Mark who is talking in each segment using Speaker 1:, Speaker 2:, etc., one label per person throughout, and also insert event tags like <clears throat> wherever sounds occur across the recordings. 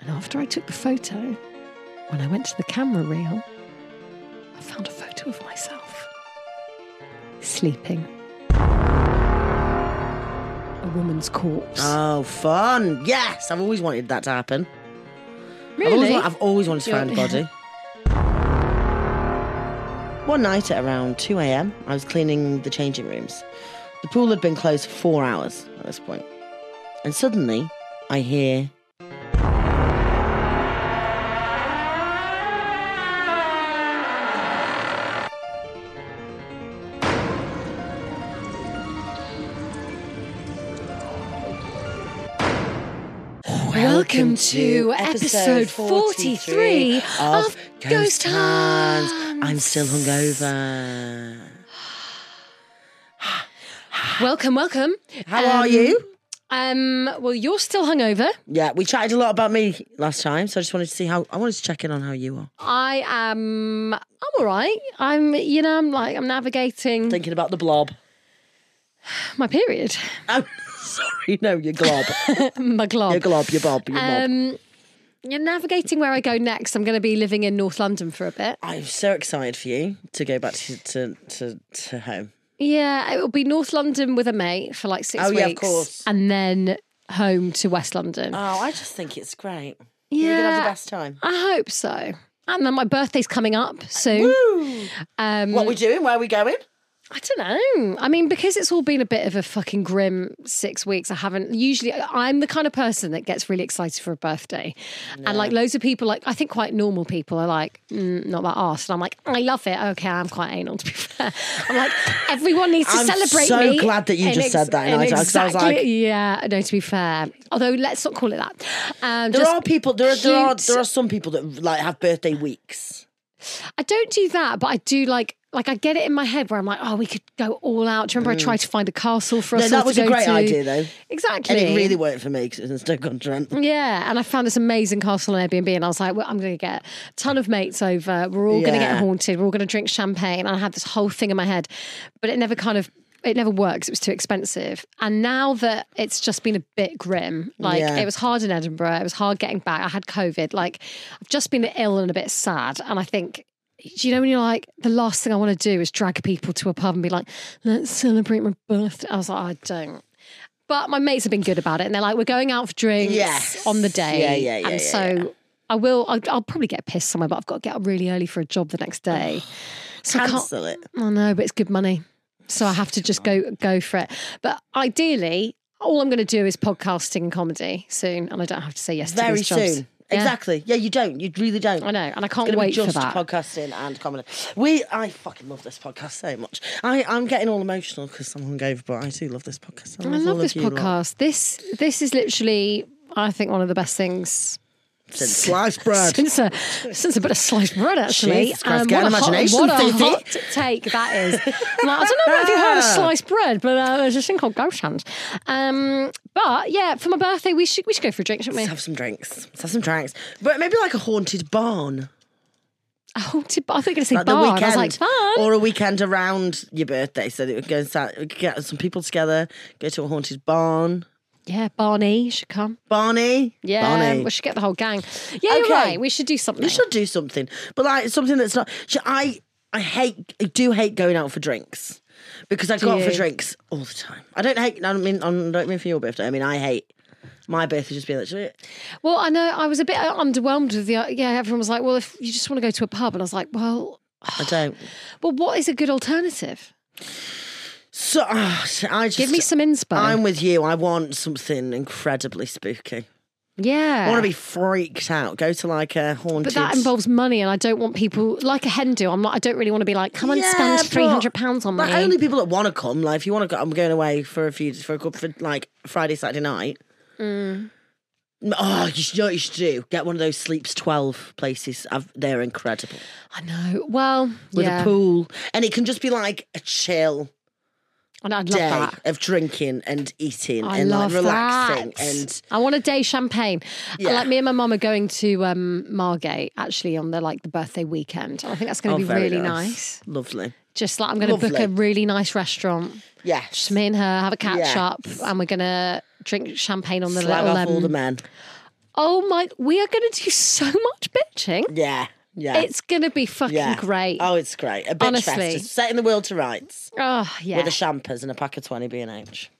Speaker 1: And after I took the photo, when I went to the camera reel, I found a photo of myself sleeping. A woman's corpse.
Speaker 2: Oh, fun. Yes, I've always wanted that to happen. I've always,
Speaker 1: really?
Speaker 2: wa- I've always wanted to
Speaker 1: You're-
Speaker 2: find a body. One night at around 2 a.m., I was cleaning the changing rooms. The pool had been closed for four hours at this point. And suddenly, I hear.
Speaker 1: Welcome to episode 43 of Ghost Hands.
Speaker 2: I'm still hungover.
Speaker 1: Welcome, welcome.
Speaker 2: How
Speaker 1: Um,
Speaker 2: are you?
Speaker 1: Um, well, you're still hungover.
Speaker 2: Yeah, we chatted a lot about me last time, so I just wanted to see how I wanted to check in on how you are.
Speaker 1: I am. I'm all right. I'm, you know, I'm like I'm navigating
Speaker 2: Thinking about the blob.
Speaker 1: my period,
Speaker 2: Oh, <laughs> sorry, no, your glob,
Speaker 1: my
Speaker 2: your
Speaker 1: glob.
Speaker 2: glob, your bob, your mob.
Speaker 1: Um, you're navigating where I go next. I'm going to be living in North London for a bit.
Speaker 2: I'm so excited for you to go back to to to, to home.
Speaker 1: Yeah, it will be North London with a mate for like six
Speaker 2: Oh,
Speaker 1: weeks,
Speaker 2: yeah, of course.
Speaker 1: and then home to West London.
Speaker 2: Oh, I just think it's great.
Speaker 1: yeah,
Speaker 2: You're gonna have the best time.
Speaker 1: I hope so. And then my birthday's coming up soon. Um,
Speaker 2: What are we doing? Where are we going?
Speaker 1: I don't know. I mean, because it's all been a bit of a fucking grim six weeks, I haven't. Usually, I'm the kind of person that gets really excited for a birthday. And like loads of people, like I think quite normal people, are like, mm, not that arse. And I'm like, I love it. Okay, I'm quite anal, to be <laughs> fair. I'm like, everyone needs to
Speaker 2: I'm
Speaker 1: celebrate
Speaker 2: so
Speaker 1: me.
Speaker 2: glad that you
Speaker 1: in
Speaker 2: just said that,
Speaker 1: in
Speaker 2: Nigel, 'cause I was
Speaker 1: Exactly.
Speaker 2: like-
Speaker 1: yeah, no, to be fair. Although, let's not call it that. Um,
Speaker 2: There
Speaker 1: just
Speaker 2: are people. There are, there are
Speaker 1: cute-
Speaker 2: there are some people that like have birthday weeks.
Speaker 1: I don't do that, but I do like like I get it in my head where I'm like, oh, we could go all out. Do you remember I tried to find a castle for us.
Speaker 2: Mm. No,
Speaker 1: all
Speaker 2: that
Speaker 1: to
Speaker 2: was a
Speaker 1: go
Speaker 2: great
Speaker 1: to?
Speaker 2: idea though,
Speaker 1: Exactly.
Speaker 2: and it really worked for me because it was in Stoke-on-Trent.
Speaker 1: yeah, and I found this amazing castle on Airbnb, and I was like, well, I'm going to get a ton of mates over. We're all going to get
Speaker 2: Yeah.
Speaker 1: haunted. We're all going to drink champagne. And I had this whole thing in my head, but it never kind of. It never works. It was too expensive. And now that it's just been a bit grim, like
Speaker 2: Yeah.
Speaker 1: it was hard in Edinburgh, it was hard getting back. I had COVID. Like I've just been ill and a bit sad. And I think, do you know when you're like, the last thing I want to do is drag people to a pub and be like, let's celebrate my birthday. I was like, I don't. But my mates have been good about it, and they're like, "We're going out for drinks
Speaker 2: Yes.
Speaker 1: on the day."
Speaker 2: Yeah, yeah, yeah,
Speaker 1: And
Speaker 2: yeah,
Speaker 1: so I will. I'll, I'll probably get pissed somewhere, but I've got to get up really early for a job the next day. so I can't.
Speaker 2: Cancel it.
Speaker 1: I know, but it's good money, so I have to just go go for it. But ideally, all I'm going to do is podcasting and comedy soon, and I don't have to say yes to
Speaker 2: Very
Speaker 1: these jobs.
Speaker 2: soon.
Speaker 1: Yeah.
Speaker 2: Exactly. Yeah, you don't. You really don't.
Speaker 1: I know, and I can't
Speaker 2: It's gonna
Speaker 1: wait
Speaker 2: be
Speaker 1: for
Speaker 2: just
Speaker 1: that.
Speaker 2: podcasting and comedy. We, I fucking love this podcast so much. I, I'm getting all emotional because I'm hungover, but I do love this podcast.
Speaker 1: I
Speaker 2: all
Speaker 1: love
Speaker 2: of
Speaker 1: this
Speaker 2: you lot.
Speaker 1: podcast. This this is literally, I think, one of the best things
Speaker 2: Since sliced
Speaker 1: <laughs>
Speaker 2: bread.
Speaker 1: since a since a bit of sliced bread actually. Um,
Speaker 2: Jesus Christ, get
Speaker 1: what
Speaker 2: an
Speaker 1: a hot-
Speaker 2: imagination,
Speaker 1: what a
Speaker 2: Fifi.
Speaker 1: hot take that is. I'm like, I don't know if you
Speaker 2: <laughs>
Speaker 1: heard of sliced bread, but uh, there's this thing called ghost hands. Um, but yeah, for my birthday, we should we should go for a drink, shouldn't
Speaker 2: Let's
Speaker 1: we?
Speaker 2: have some drinks. Let's have some drinks. But maybe like a haunted barn.
Speaker 1: Oh, did, I thought you were going to say
Speaker 2: Like
Speaker 1: bar.
Speaker 2: the
Speaker 1: and
Speaker 2: weekend.
Speaker 1: I was like, fun.
Speaker 2: Or a weekend around your birthday. So that we could go and sat, we could get some people together, go to a haunted barn.
Speaker 1: yeah, Barney should come.
Speaker 2: Barney?
Speaker 1: Yeah,
Speaker 2: Barney.
Speaker 1: we should get the whole gang. Yeah, you're
Speaker 2: Okay.
Speaker 1: right. We should do something.
Speaker 2: You should do something, but like something that's not. sh- I I hate I do hate going out for drinks because I go out for
Speaker 1: you?
Speaker 2: drinks all the time. I don't hate. I don't mean I don't mean for your birthday. I mean I hate my birthday just being like. "Shall we-"
Speaker 1: Well, I know I was a bit uh, underwhelmed with the. Yeah, everyone was like, well, if you just want to go to a pub, and I was like, well,
Speaker 2: I don't.
Speaker 1: well, what is a good alternative?
Speaker 2: So ah, so I just
Speaker 1: Give me some inspo.
Speaker 2: I'm with you. I want something incredibly spooky.
Speaker 1: yeah,
Speaker 2: I want to be freaked out. Go to like a haunted.
Speaker 1: But that involves money, and I don't want people like a hen do. I'm not. I don't really want to be like, come and
Speaker 2: Yeah,
Speaker 1: spend
Speaker 2: but-
Speaker 1: three hundred pounds on
Speaker 2: Like
Speaker 1: me.
Speaker 2: only people that want to come. Like if you want to go, I'm going away for a few for a couple for like Friday, Saturday night.
Speaker 1: Mm.
Speaker 2: Oh, you should, you know what you should do? Get one of those sleeps twelve places. I've, they're incredible
Speaker 1: I know. Well,
Speaker 2: with
Speaker 1: yeah,
Speaker 2: a pool, and it can just be like a chill
Speaker 1: and I'd love
Speaker 2: day
Speaker 1: that.
Speaker 2: of drinking and eating
Speaker 1: I
Speaker 2: and
Speaker 1: love
Speaker 2: like relaxing.
Speaker 1: that.
Speaker 2: And
Speaker 1: I want a day champagne.
Speaker 2: Yeah.
Speaker 1: Like me and my mum are going to um, Margate actually on the like the birthday weekend. I think that's going
Speaker 2: oh,
Speaker 1: to be
Speaker 2: very
Speaker 1: really nice.
Speaker 2: lovely.
Speaker 1: Just like I'm going to book a
Speaker 2: Lovely.
Speaker 1: really nice restaurant.
Speaker 2: Yes,
Speaker 1: Just me and her have a catch
Speaker 2: Yeah.
Speaker 1: up, and we're going to drink champagne on the
Speaker 2: slag
Speaker 1: little
Speaker 2: off all
Speaker 1: um,
Speaker 2: the men.
Speaker 1: Oh my, we are going to do so much bitching.
Speaker 2: Yeah. Yeah.
Speaker 1: It's going to be fucking
Speaker 2: yeah.
Speaker 1: great.
Speaker 2: Oh, it's great. A bitch
Speaker 1: Honestly.
Speaker 2: fest. Just setting the world to rights
Speaker 1: Oh, yeah.
Speaker 2: with a champers and a pack of 20 B&H.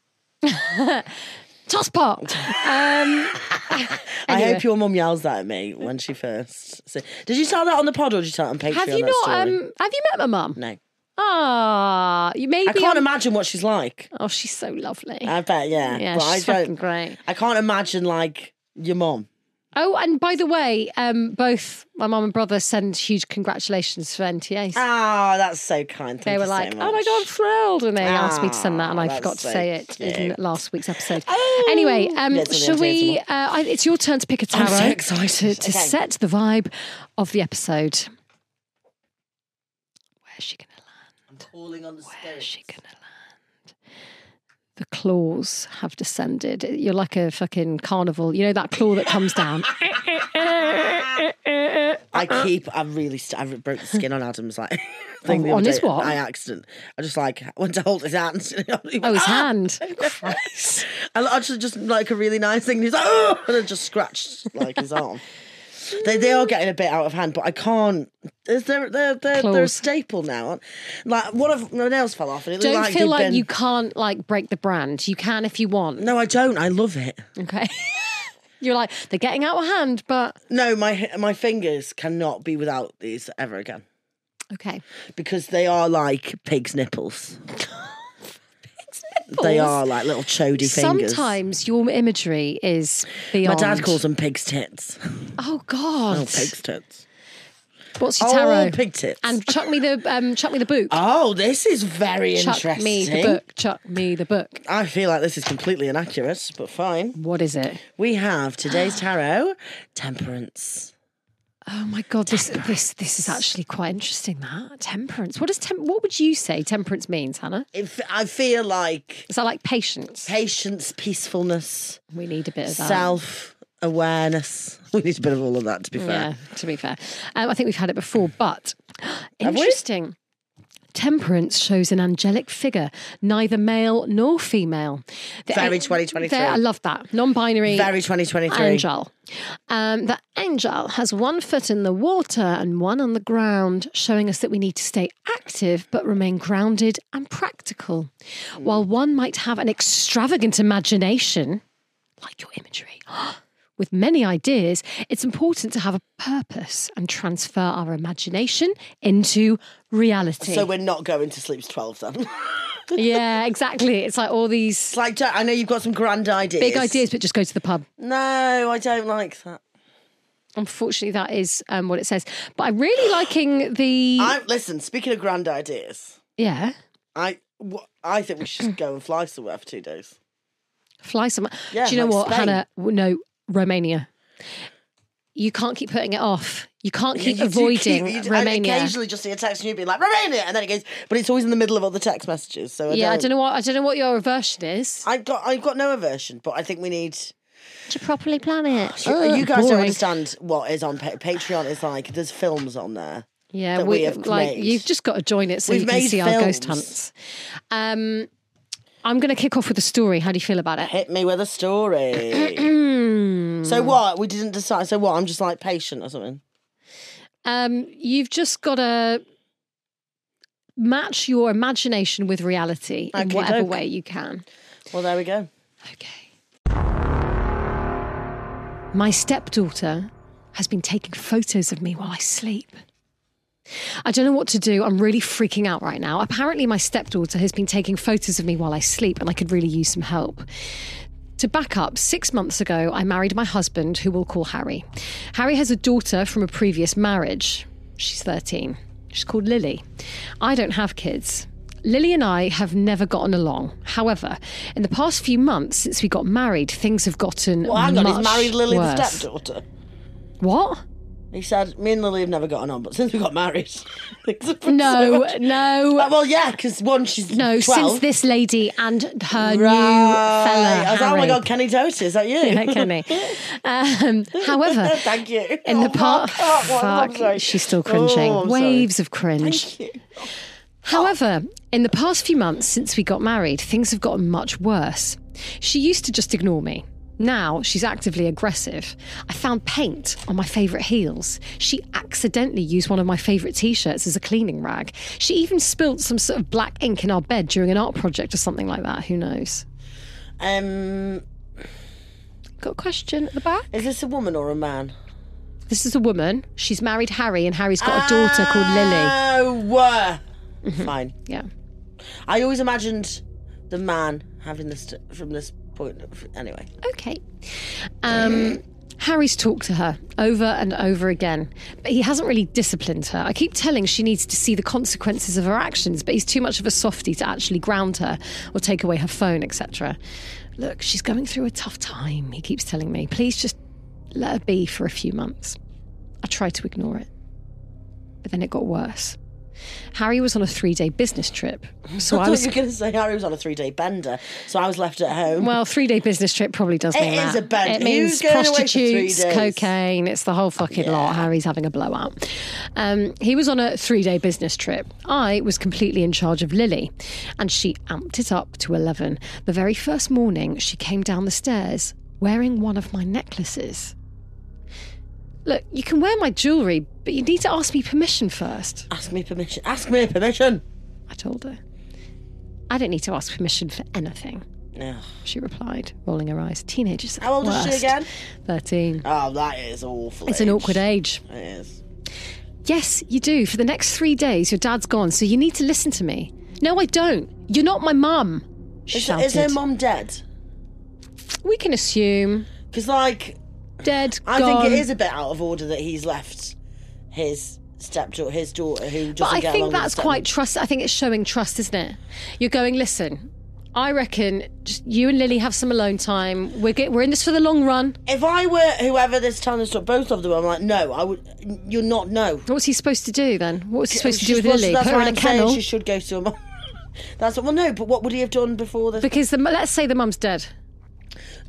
Speaker 1: Toss pot.
Speaker 2: <laughs>
Speaker 1: um,
Speaker 2: I
Speaker 1: Anyway.
Speaker 2: hope your mum yells that at me when she first. So, did you tell that on the pod or did you tell it on Patreon?
Speaker 1: have you
Speaker 2: that
Speaker 1: not?
Speaker 2: story?
Speaker 1: Um, have you met my mum?
Speaker 2: no.
Speaker 1: Ah, you maybe.
Speaker 2: I can't
Speaker 1: I'm-
Speaker 2: imagine what she's like.
Speaker 1: oh, she's so lovely.
Speaker 2: I bet, yeah.
Speaker 1: yeah,
Speaker 2: But I
Speaker 1: she's fucking
Speaker 2: don't.
Speaker 1: great.
Speaker 2: I can't imagine like your mum.
Speaker 1: Oh, and by the way, um, both my mum and brother send huge congratulations for NTAs.
Speaker 2: Oh, that's so kind. Thank
Speaker 1: they
Speaker 2: you
Speaker 1: were
Speaker 2: so
Speaker 1: like, "Oh
Speaker 2: much."
Speaker 1: my god, I'm thrilled!" and they asked me to send that, and I
Speaker 2: Ah,
Speaker 1: forgot
Speaker 2: that's
Speaker 1: to
Speaker 2: so
Speaker 1: say it in
Speaker 2: cute.
Speaker 1: last week's episode.
Speaker 2: Oh.
Speaker 1: anyway, um,
Speaker 2: Yeah, it's on
Speaker 1: shall
Speaker 2: the
Speaker 1: we? Uh,
Speaker 2: NTAs
Speaker 1: I, it's your turn to pick a
Speaker 2: I'm
Speaker 1: tarot
Speaker 2: so excited.
Speaker 1: to
Speaker 2: Okay.
Speaker 1: set the vibe of the episode. Where's she gonna land?
Speaker 2: I'm calling on the
Speaker 1: Where's
Speaker 2: spirit.
Speaker 1: she gonna land? The claws have descended. You're like a fucking carnival. You know that claw that comes
Speaker 2: <laughs>
Speaker 1: down.
Speaker 2: I
Speaker 1: Uh-uh.
Speaker 2: keep. I really. St- I re-
Speaker 1: <laughs>
Speaker 2: broke the skin on Adam's like. <laughs> thing the
Speaker 1: Oh, On
Speaker 2: other
Speaker 1: his
Speaker 2: day.
Speaker 1: what?
Speaker 2: I accident. I just like went to hold his hand. <laughs>
Speaker 1: Oh, his
Speaker 2: Ah! <laughs>
Speaker 1: hand. Christ.
Speaker 2: I actually just like a really nice thing. And he's like, oh, and I just scratched like
Speaker 1: <laughs>
Speaker 2: his arm. They, they are getting a bit out of hand, but I can't. Is they're, they're, they're, they're a
Speaker 1: Claws.
Speaker 2: staple now. aren't- Like one of my nails fell off, and it looked
Speaker 1: <laughs> Don't
Speaker 2: like
Speaker 1: feel
Speaker 2: he'd
Speaker 1: like
Speaker 2: been-
Speaker 1: you can't like break the brand. You can if you want.
Speaker 2: No, I don't. I love it.
Speaker 1: Okay. <laughs> You're like, they're getting out of hand, but
Speaker 2: No, my my fingers cannot be without these ever again
Speaker 1: okay.
Speaker 2: because they are like
Speaker 1: <laughs>
Speaker 2: pig's nipples. They are like little chody fingers.
Speaker 1: Sometimes your imagery is
Speaker 2: my
Speaker 1: beyond.
Speaker 2: dad calls them pig's tits.
Speaker 1: Oh God!
Speaker 2: Oh, pig's tits.
Speaker 1: What's your tarot?
Speaker 2: Oh, pig tits.
Speaker 1: and chuck me the um, chuck me the book.
Speaker 2: oh, this is very
Speaker 1: chuck
Speaker 2: interesting.
Speaker 1: me the book. Chuck me the book.
Speaker 2: I feel like this is completely inaccurate, but fine.
Speaker 1: What is it?
Speaker 2: We
Speaker 1: <gasps>
Speaker 2: have today's tarot, temperance.
Speaker 1: Oh my God! This this this is actually quite interesting. That temperance. What does temp? What would you say temperance means, Hannah?
Speaker 2: If I feel like
Speaker 1: Is that like patience?
Speaker 2: patience, peacefulness,
Speaker 1: We need a bit of that.
Speaker 2: self awareness. <laughs> We need a bit of all of that, to be fair.
Speaker 1: Yeah, to be fair. Um, I think we've had it before, but interesting. Temperance shows an angelic figure, neither male nor female. The
Speaker 2: Very
Speaker 1: an-
Speaker 2: 2023.
Speaker 1: there- I love that. Non binary.
Speaker 2: Very 2023.
Speaker 1: Angel. Um, the angel has one foot in the water and one on the ground, showing us that we need to stay active but remain grounded and practical. While one might have an extravagant imagination, like your imagery, <gasps> with many ideas, it's important to have a purpose and transfer our imagination into reality. <laughs>
Speaker 2: So we're not going to sleep's 12 then. <laughs>
Speaker 1: yeah, exactly. It's like all these
Speaker 2: it's like, I know you've got some grand ideas.
Speaker 1: big ideas, but just go to the pub.
Speaker 2: No, I don't like that.
Speaker 1: Unfortunately, that is um, what it says. But I'm really liking the.
Speaker 2: I Listen, speaking of grand ideas,
Speaker 1: Yeah.
Speaker 2: I, wh- I think
Speaker 1: <clears throat>
Speaker 2: we should go and fly somewhere for two days.
Speaker 1: Fly somewhere.
Speaker 2: Yeah,
Speaker 1: Do you know
Speaker 2: like
Speaker 1: what,
Speaker 2: Spain.
Speaker 1: Hannah? W- No, Romania. You can't keep putting it off. You can't keep
Speaker 2: <laughs> You do
Speaker 1: avoiding
Speaker 2: keep- you do- I
Speaker 1: Romania.
Speaker 2: occasionally just see a text and you being like Romania, and then it goes, but it's always in the middle of other text messages. So I
Speaker 1: Yeah,
Speaker 2: don't,
Speaker 1: I don't know what I don't know what your aversion is.
Speaker 2: I've got I've got no aversion, but I think we need.
Speaker 1: To properly plan it.
Speaker 2: you guys don't
Speaker 1: boring.
Speaker 2: understand what is on pa- Patreon. Is like there's films on there.
Speaker 1: Yeah,
Speaker 2: that we have
Speaker 1: like
Speaker 2: made.
Speaker 1: you've just got to join it so
Speaker 2: We've
Speaker 1: you can
Speaker 2: made
Speaker 1: see our ghost
Speaker 2: films.
Speaker 1: hunts. Um, I'm going to kick off with a story. How do you feel about it?
Speaker 2: Hit me with a story. so what? We didn't decide. So what? I'm just like patient or something.
Speaker 1: Um, you've just got to match your imagination with reality in
Speaker 2: Okey
Speaker 1: whatever
Speaker 2: doke.
Speaker 1: way you can.
Speaker 2: Well, there we go.
Speaker 1: Okay. My stepdaughter has been taking photos of me while I sleep. I don't know what to do. I'm really freaking out right now. Apparently, my stepdaughter has been taking photos of me while I sleep, and I could really use some help. To back up, six months ago, I married my husband, who we'll call Harry. Harry has a daughter from a previous marriage. She's 13. She's called Lily. I don't have kids. Lily and I have never gotten along. However, in the past few months since we got married, things have gotten
Speaker 2: Well, hang on.
Speaker 1: much
Speaker 2: He's married Lily,
Speaker 1: worse.
Speaker 2: the Oh stepdaughter. <laughs>
Speaker 1: What?
Speaker 2: He said, "Me and Lily have never gotten on, but since we got married, <laughs> things have been so
Speaker 1: No,
Speaker 2: much-"
Speaker 1: no,
Speaker 2: <laughs> Well, yeah, because one, she's
Speaker 1: no.
Speaker 2: 12.
Speaker 1: Since this lady and her new
Speaker 2: Right.
Speaker 1: fella,
Speaker 2: I was like, oh my
Speaker 1: Harry."
Speaker 2: god, Kenny Doty, is that you?
Speaker 1: Yeah, Kenny. Um, however,
Speaker 2: <laughs> Thank you. Oh,
Speaker 1: in the part,
Speaker 2: sorry.
Speaker 1: fuck, she's still cringing.
Speaker 2: Oh, I'm sorry.
Speaker 1: Waves of cringe.
Speaker 2: Thank you.
Speaker 1: However, in the past few months since we got married, things have gotten much worse. She used to just ignore me. Now she's actively aggressive. I found paint on my favourite heels. She accidentally used one of my favourite t shirts as a cleaning rag. She even spilt some sort of black ink in our bed during an art project or something like that. Who knows?
Speaker 2: Um,
Speaker 1: Got a question at the back?
Speaker 2: is this a woman or a man?
Speaker 1: This is a woman. She's married Harry, and Harry's got a daughter called Lily.
Speaker 2: Oh, uh, fine.
Speaker 1: Yeah.
Speaker 2: I always imagined the man having this t- from this point. Of, anyway,
Speaker 1: Okay. Um, Harry's talked to her over and over again, but he hasn't really disciplined her. I keep telling she needs to see the consequences of her actions, but he's too much of a softie to actually ground her or take away her phone, etc. Look, she's going through a tough time, he keeps telling me. Please just let her be for a few months. I tried to ignore it, but then it got worse. Harry was on a three day business trip, so
Speaker 2: <laughs> I
Speaker 1: I
Speaker 2: thought
Speaker 1: was.
Speaker 2: you were going to say Harry was on a three-day bender, so I was left at home.
Speaker 1: Well, three day business trip probably does mean
Speaker 2: is
Speaker 1: that.
Speaker 2: a bend.
Speaker 1: It means
Speaker 2: Who's going away for three
Speaker 1: prostitutes,
Speaker 2: days?
Speaker 1: cocaine. It's the whole fucking lot. Harry's having a blowout. Um, he was on a three day business trip. I was completely in charge of Lily, and she amped it up to eleven. The very first morning, she came down the stairs wearing one of my necklaces. Look, you can wear my jewellery, but you need to ask me permission first.
Speaker 2: Ask me permission. Ask me permission.
Speaker 1: I told her. I don't need to ask permission for anything,
Speaker 2: Ugh.
Speaker 1: she replied, rolling her eyes. Teenagers. are
Speaker 2: How old
Speaker 1: the
Speaker 2: is she
Speaker 1: worst.
Speaker 2: again?
Speaker 1: 13.
Speaker 2: Oh, that is awful.
Speaker 1: It's an awkward age.
Speaker 2: It is.
Speaker 1: Yes, you do. For the next three days, your dad's gone, so you need to listen to me. No, I don't. You're not my mum. She
Speaker 2: Is,
Speaker 1: shouted.
Speaker 2: is her mom dead?
Speaker 1: we can assume
Speaker 2: Because like,
Speaker 1: dead,
Speaker 2: I
Speaker 1: gone.
Speaker 2: think it is a bit out of order that he's left his stepdaughter, his daughter, who doesn't
Speaker 1: But I
Speaker 2: get
Speaker 1: think
Speaker 2: along with
Speaker 1: that's
Speaker 2: the step-
Speaker 1: quite trust. I think it's showing trust, isn't it? You're going. Listen, I reckon just you and Lily have some alone time. We're get, we're in this for the long run.
Speaker 2: If I were whoever this telling the story, both of them, I'm like, no, I would. You're not. No.
Speaker 1: What's he supposed to do then? What's he supposed to do
Speaker 2: She's-
Speaker 1: with
Speaker 2: well,
Speaker 1: Lily?
Speaker 2: That's
Speaker 1: Put her
Speaker 2: why
Speaker 1: in a
Speaker 2: I'm saying
Speaker 1: kennel?
Speaker 2: She should go to a mom. <laughs> That's what, well, no, but what would he have done before this?
Speaker 1: Because the, mu- let's say the mum's dead.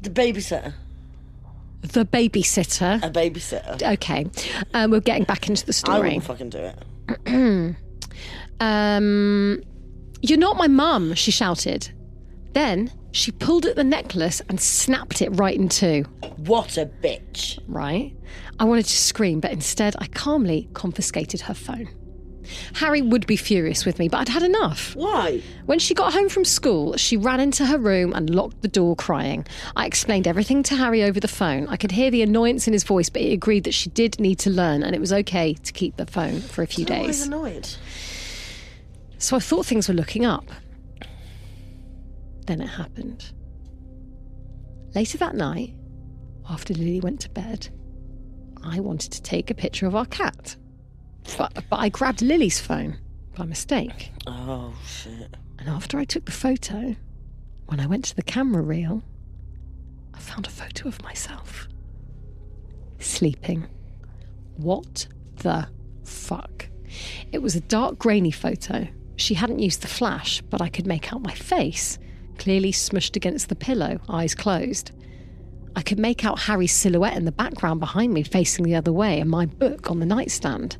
Speaker 2: The babysitter.
Speaker 1: The babysitter.
Speaker 2: A babysitter.
Speaker 1: Okay, um, we're getting back into the
Speaker 2: I
Speaker 1: story.
Speaker 2: wouldn't fucking do it.
Speaker 1: Um, You're not my mum, she shouted. Then she pulled at the necklace and snapped it right in two.
Speaker 2: What a bitch.
Speaker 1: Right? I wanted to scream, but instead I calmly confiscated her phone. Harry would be furious with me, but I'd had enough.
Speaker 2: Why?
Speaker 1: When she got home from school, she ran into her room and locked the door crying. I explained everything to Harry over the phone. I could hear the annoyance in his voice, but he agreed that she did need to learn and it was okay to keep the phone for a few
Speaker 2: I was
Speaker 1: days.
Speaker 2: annoyed.
Speaker 1: So I thought things were looking up. Then it happened. Later that night, after Lily went to bed, I wanted to take a picture of our cat. But, but I grabbed Lily's phone by mistake.
Speaker 2: Oh shit.
Speaker 1: And after I took the photo, when I went to the camera reel, I found a photo of myself sleeping. What the fuck? It was a dark, grainy photo. She hadn't used the flash, but I could make out my face, clearly smushed against the pillow, eyes closed. I could make out Harry's silhouette in the background behind me, facing the other way, and my book on the nightstand.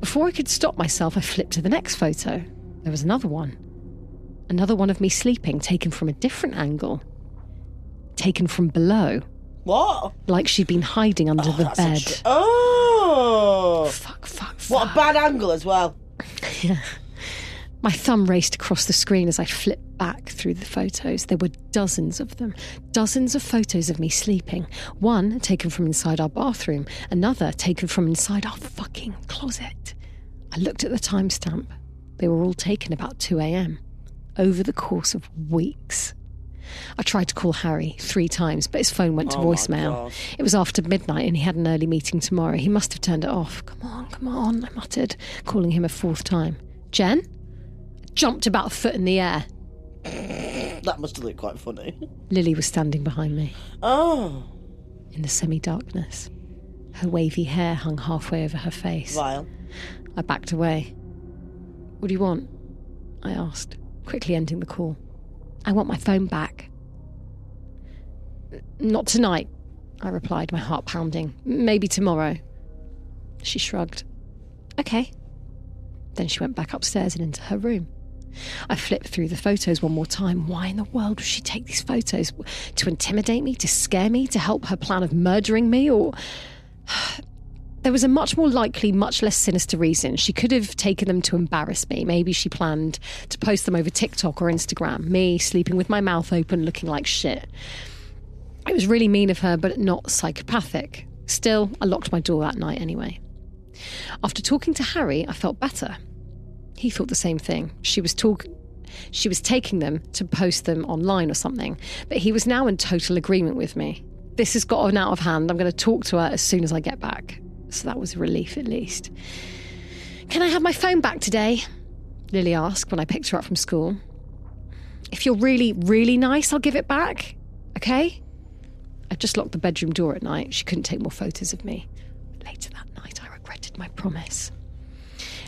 Speaker 1: Before I could stop myself, I flipped to the next photo. There was another one. Another one of me sleeping, taken from a different angle, taken from below,
Speaker 2: What?
Speaker 1: like she'd been hiding under the
Speaker 2: That's a
Speaker 1: bed.
Speaker 2: tr- oh.
Speaker 1: fuck, fuck, fuck.
Speaker 2: What a bad angle as well.
Speaker 1: My thumb raced across the screen as I flipped back through the photos. There were dozens of them. Dozens of photos of me sleeping. One taken from inside our bathroom, another taken from inside our fucking closet. I looked at the timestamp. They were all taken about 2 a.m. over the course of weeks. I tried to call Harry three times, but his phone went to voicemail.
Speaker 2: God.
Speaker 1: It was after midnight and he had an early meeting tomorrow. He must have turned it off. Come on, come on, I muttered, calling him a fourth time. Jen? Jumped about a foot in the air.
Speaker 2: That must have looked quite funny.
Speaker 1: Lily was standing behind me
Speaker 2: Oh.
Speaker 1: in the semi darkness. Her wavy hair hung halfway over her face.
Speaker 2: Vile.
Speaker 1: I backed away. What do you want? I asked, quickly ending the call. I want my phone back. "N- Not tonight, I replied, my heart pounding. Maybe tomorrow. She shrugged. Okay. Then she went back upstairs and into her room. I flipped through the photos one more time. Why in the world would she take these photos? To intimidate me, to scare me, to help her plan of murdering me, or. There was a much more likely, much less sinister reason. She could have taken them to embarrass me. Maybe she planned to post them over TikTok or Instagram, me sleeping with my mouth open, looking like shit. It was really mean of her, but not psychopathic. Still, I locked my door that night anyway. After talking to Harry, I felt better. He thought the same thing. She was talk she was taking them to post them online or something, but he was now in total agreement with me. This has gotten out of hand. I'm going to talk to her as soon as I get back. So that was a relief at least. Can I have my phone back today? Lily asked when I picked her up from school. If you're really, really nice, I'll give it back. Okay? I just locked the bedroom door at night. She couldn't take more photos of me. Later that night, I regretted my promise.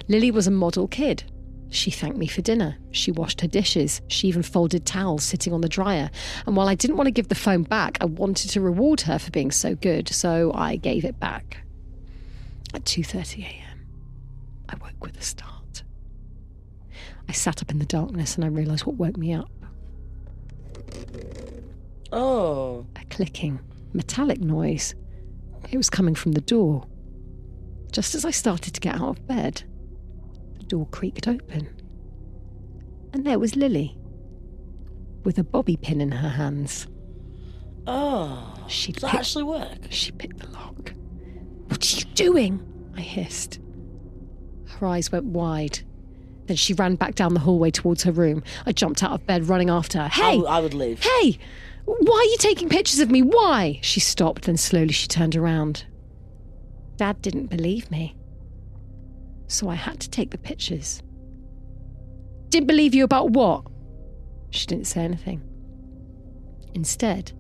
Speaker 1: Lily was a model kid. She thanked me for dinner. She washed her dishes. She even folded towels sitting on the dryer. And while I didn't want to give the phone back, I wanted to reward her for being so good, so I gave it back. At 2:30 a.m., I woke with a start. I sat up in the darkness and I realized what woke me up.
Speaker 2: Oh.
Speaker 1: a clicking, metallic noise. It was coming from the door. Just as I started to get out of bed, the door creaked open. And there was Lily, with a bobby pin in her hands.
Speaker 2: Oh.
Speaker 1: She'd
Speaker 2: Does that
Speaker 1: pick-
Speaker 2: actually work?
Speaker 1: She picked the lock. What are you doing? I hissed. Her eyes went wide. Then she ran back down the hallway towards her room. I jumped out of bed running after her.
Speaker 2: I
Speaker 1: Hey!
Speaker 2: w- I would leave.
Speaker 1: Hey, why are you taking pictures of me? Why? She stopped, then slowly she turned around. Dad didn't believe me. So I had to take the pictures. Didn't believe you about what? She didn't say anything. Instead,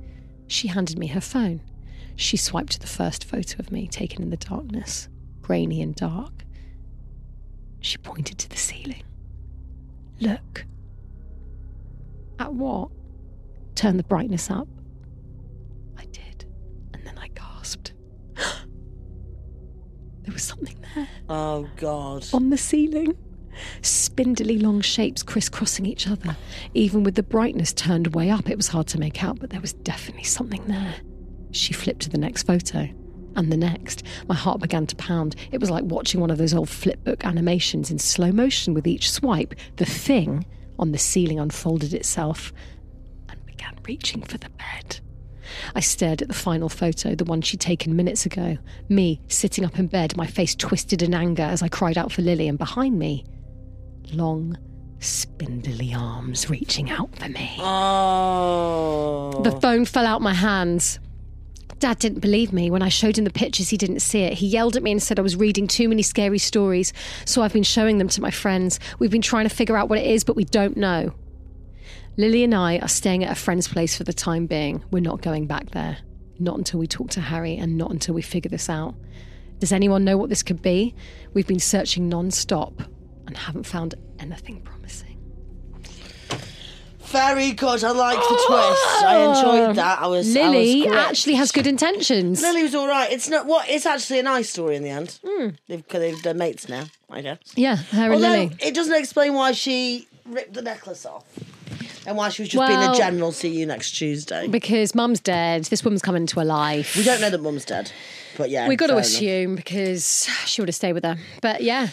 Speaker 1: she handed me her phone. She swiped the first photo of me taken in the darkness, grainy and dark. She pointed to the ceiling. Look. At what? turn the brightness up. I did, and then I gasped. <gasps> there was something there
Speaker 2: Oh, God.
Speaker 1: on the ceiling. Spindly long shapes crisscrossing each other. Even with the brightness turned way up, it was hard to make out, but there was definitely something there. She flipped to the next photo and the next. My heart began to pound. It was like watching one of those old flipbook animations in slow motion with each swipe. The thing on the ceiling unfolded itself and began reaching for the bed. I stared at the final photo, the one she'd taken minutes ago. Me, sitting up in bed, my face twisted in anger as I cried out for Lily, and behind me, long, spindly arms reaching out for me.
Speaker 2: Oh.
Speaker 1: The phone fell out my hands. Dad didn't believe me. When I showed him the pictures, he didn't see it. He yelled at me and said I was reading too many scary stories, so I've been showing them to my friends. We've been trying to figure out what it is, but we don't know. Lily and I are staying at a friend's place for the time being. We're not going back there. Not until we talk to Harry and not until we figure this out. Does anyone know what this could be? We've been searching non stop and haven't found anything promising.
Speaker 2: Very good. I liked the twist. I enjoyed that. I was I was
Speaker 1: Oh. Lily
Speaker 2: gripped.
Speaker 1: actually has good intentions.
Speaker 2: Lily was all right. It's not what. It's actually a nice story in the end.
Speaker 1: Hmm.
Speaker 2: They've, 'cause they've, they're mates now, I guess.
Speaker 1: Yeah, her and
Speaker 2: Although
Speaker 1: Lily.
Speaker 2: it doesn't explain why she ripped the necklace off and why she was just being
Speaker 1: Well-
Speaker 2: a general. See you next Tuesday. We
Speaker 1: Because mum's dead, this woman's come into her life. We
Speaker 2: don't know that mum's dead, but yeah,
Speaker 1: have got to
Speaker 2: fair enough.
Speaker 1: assume because she would have stayed with her. But yeah,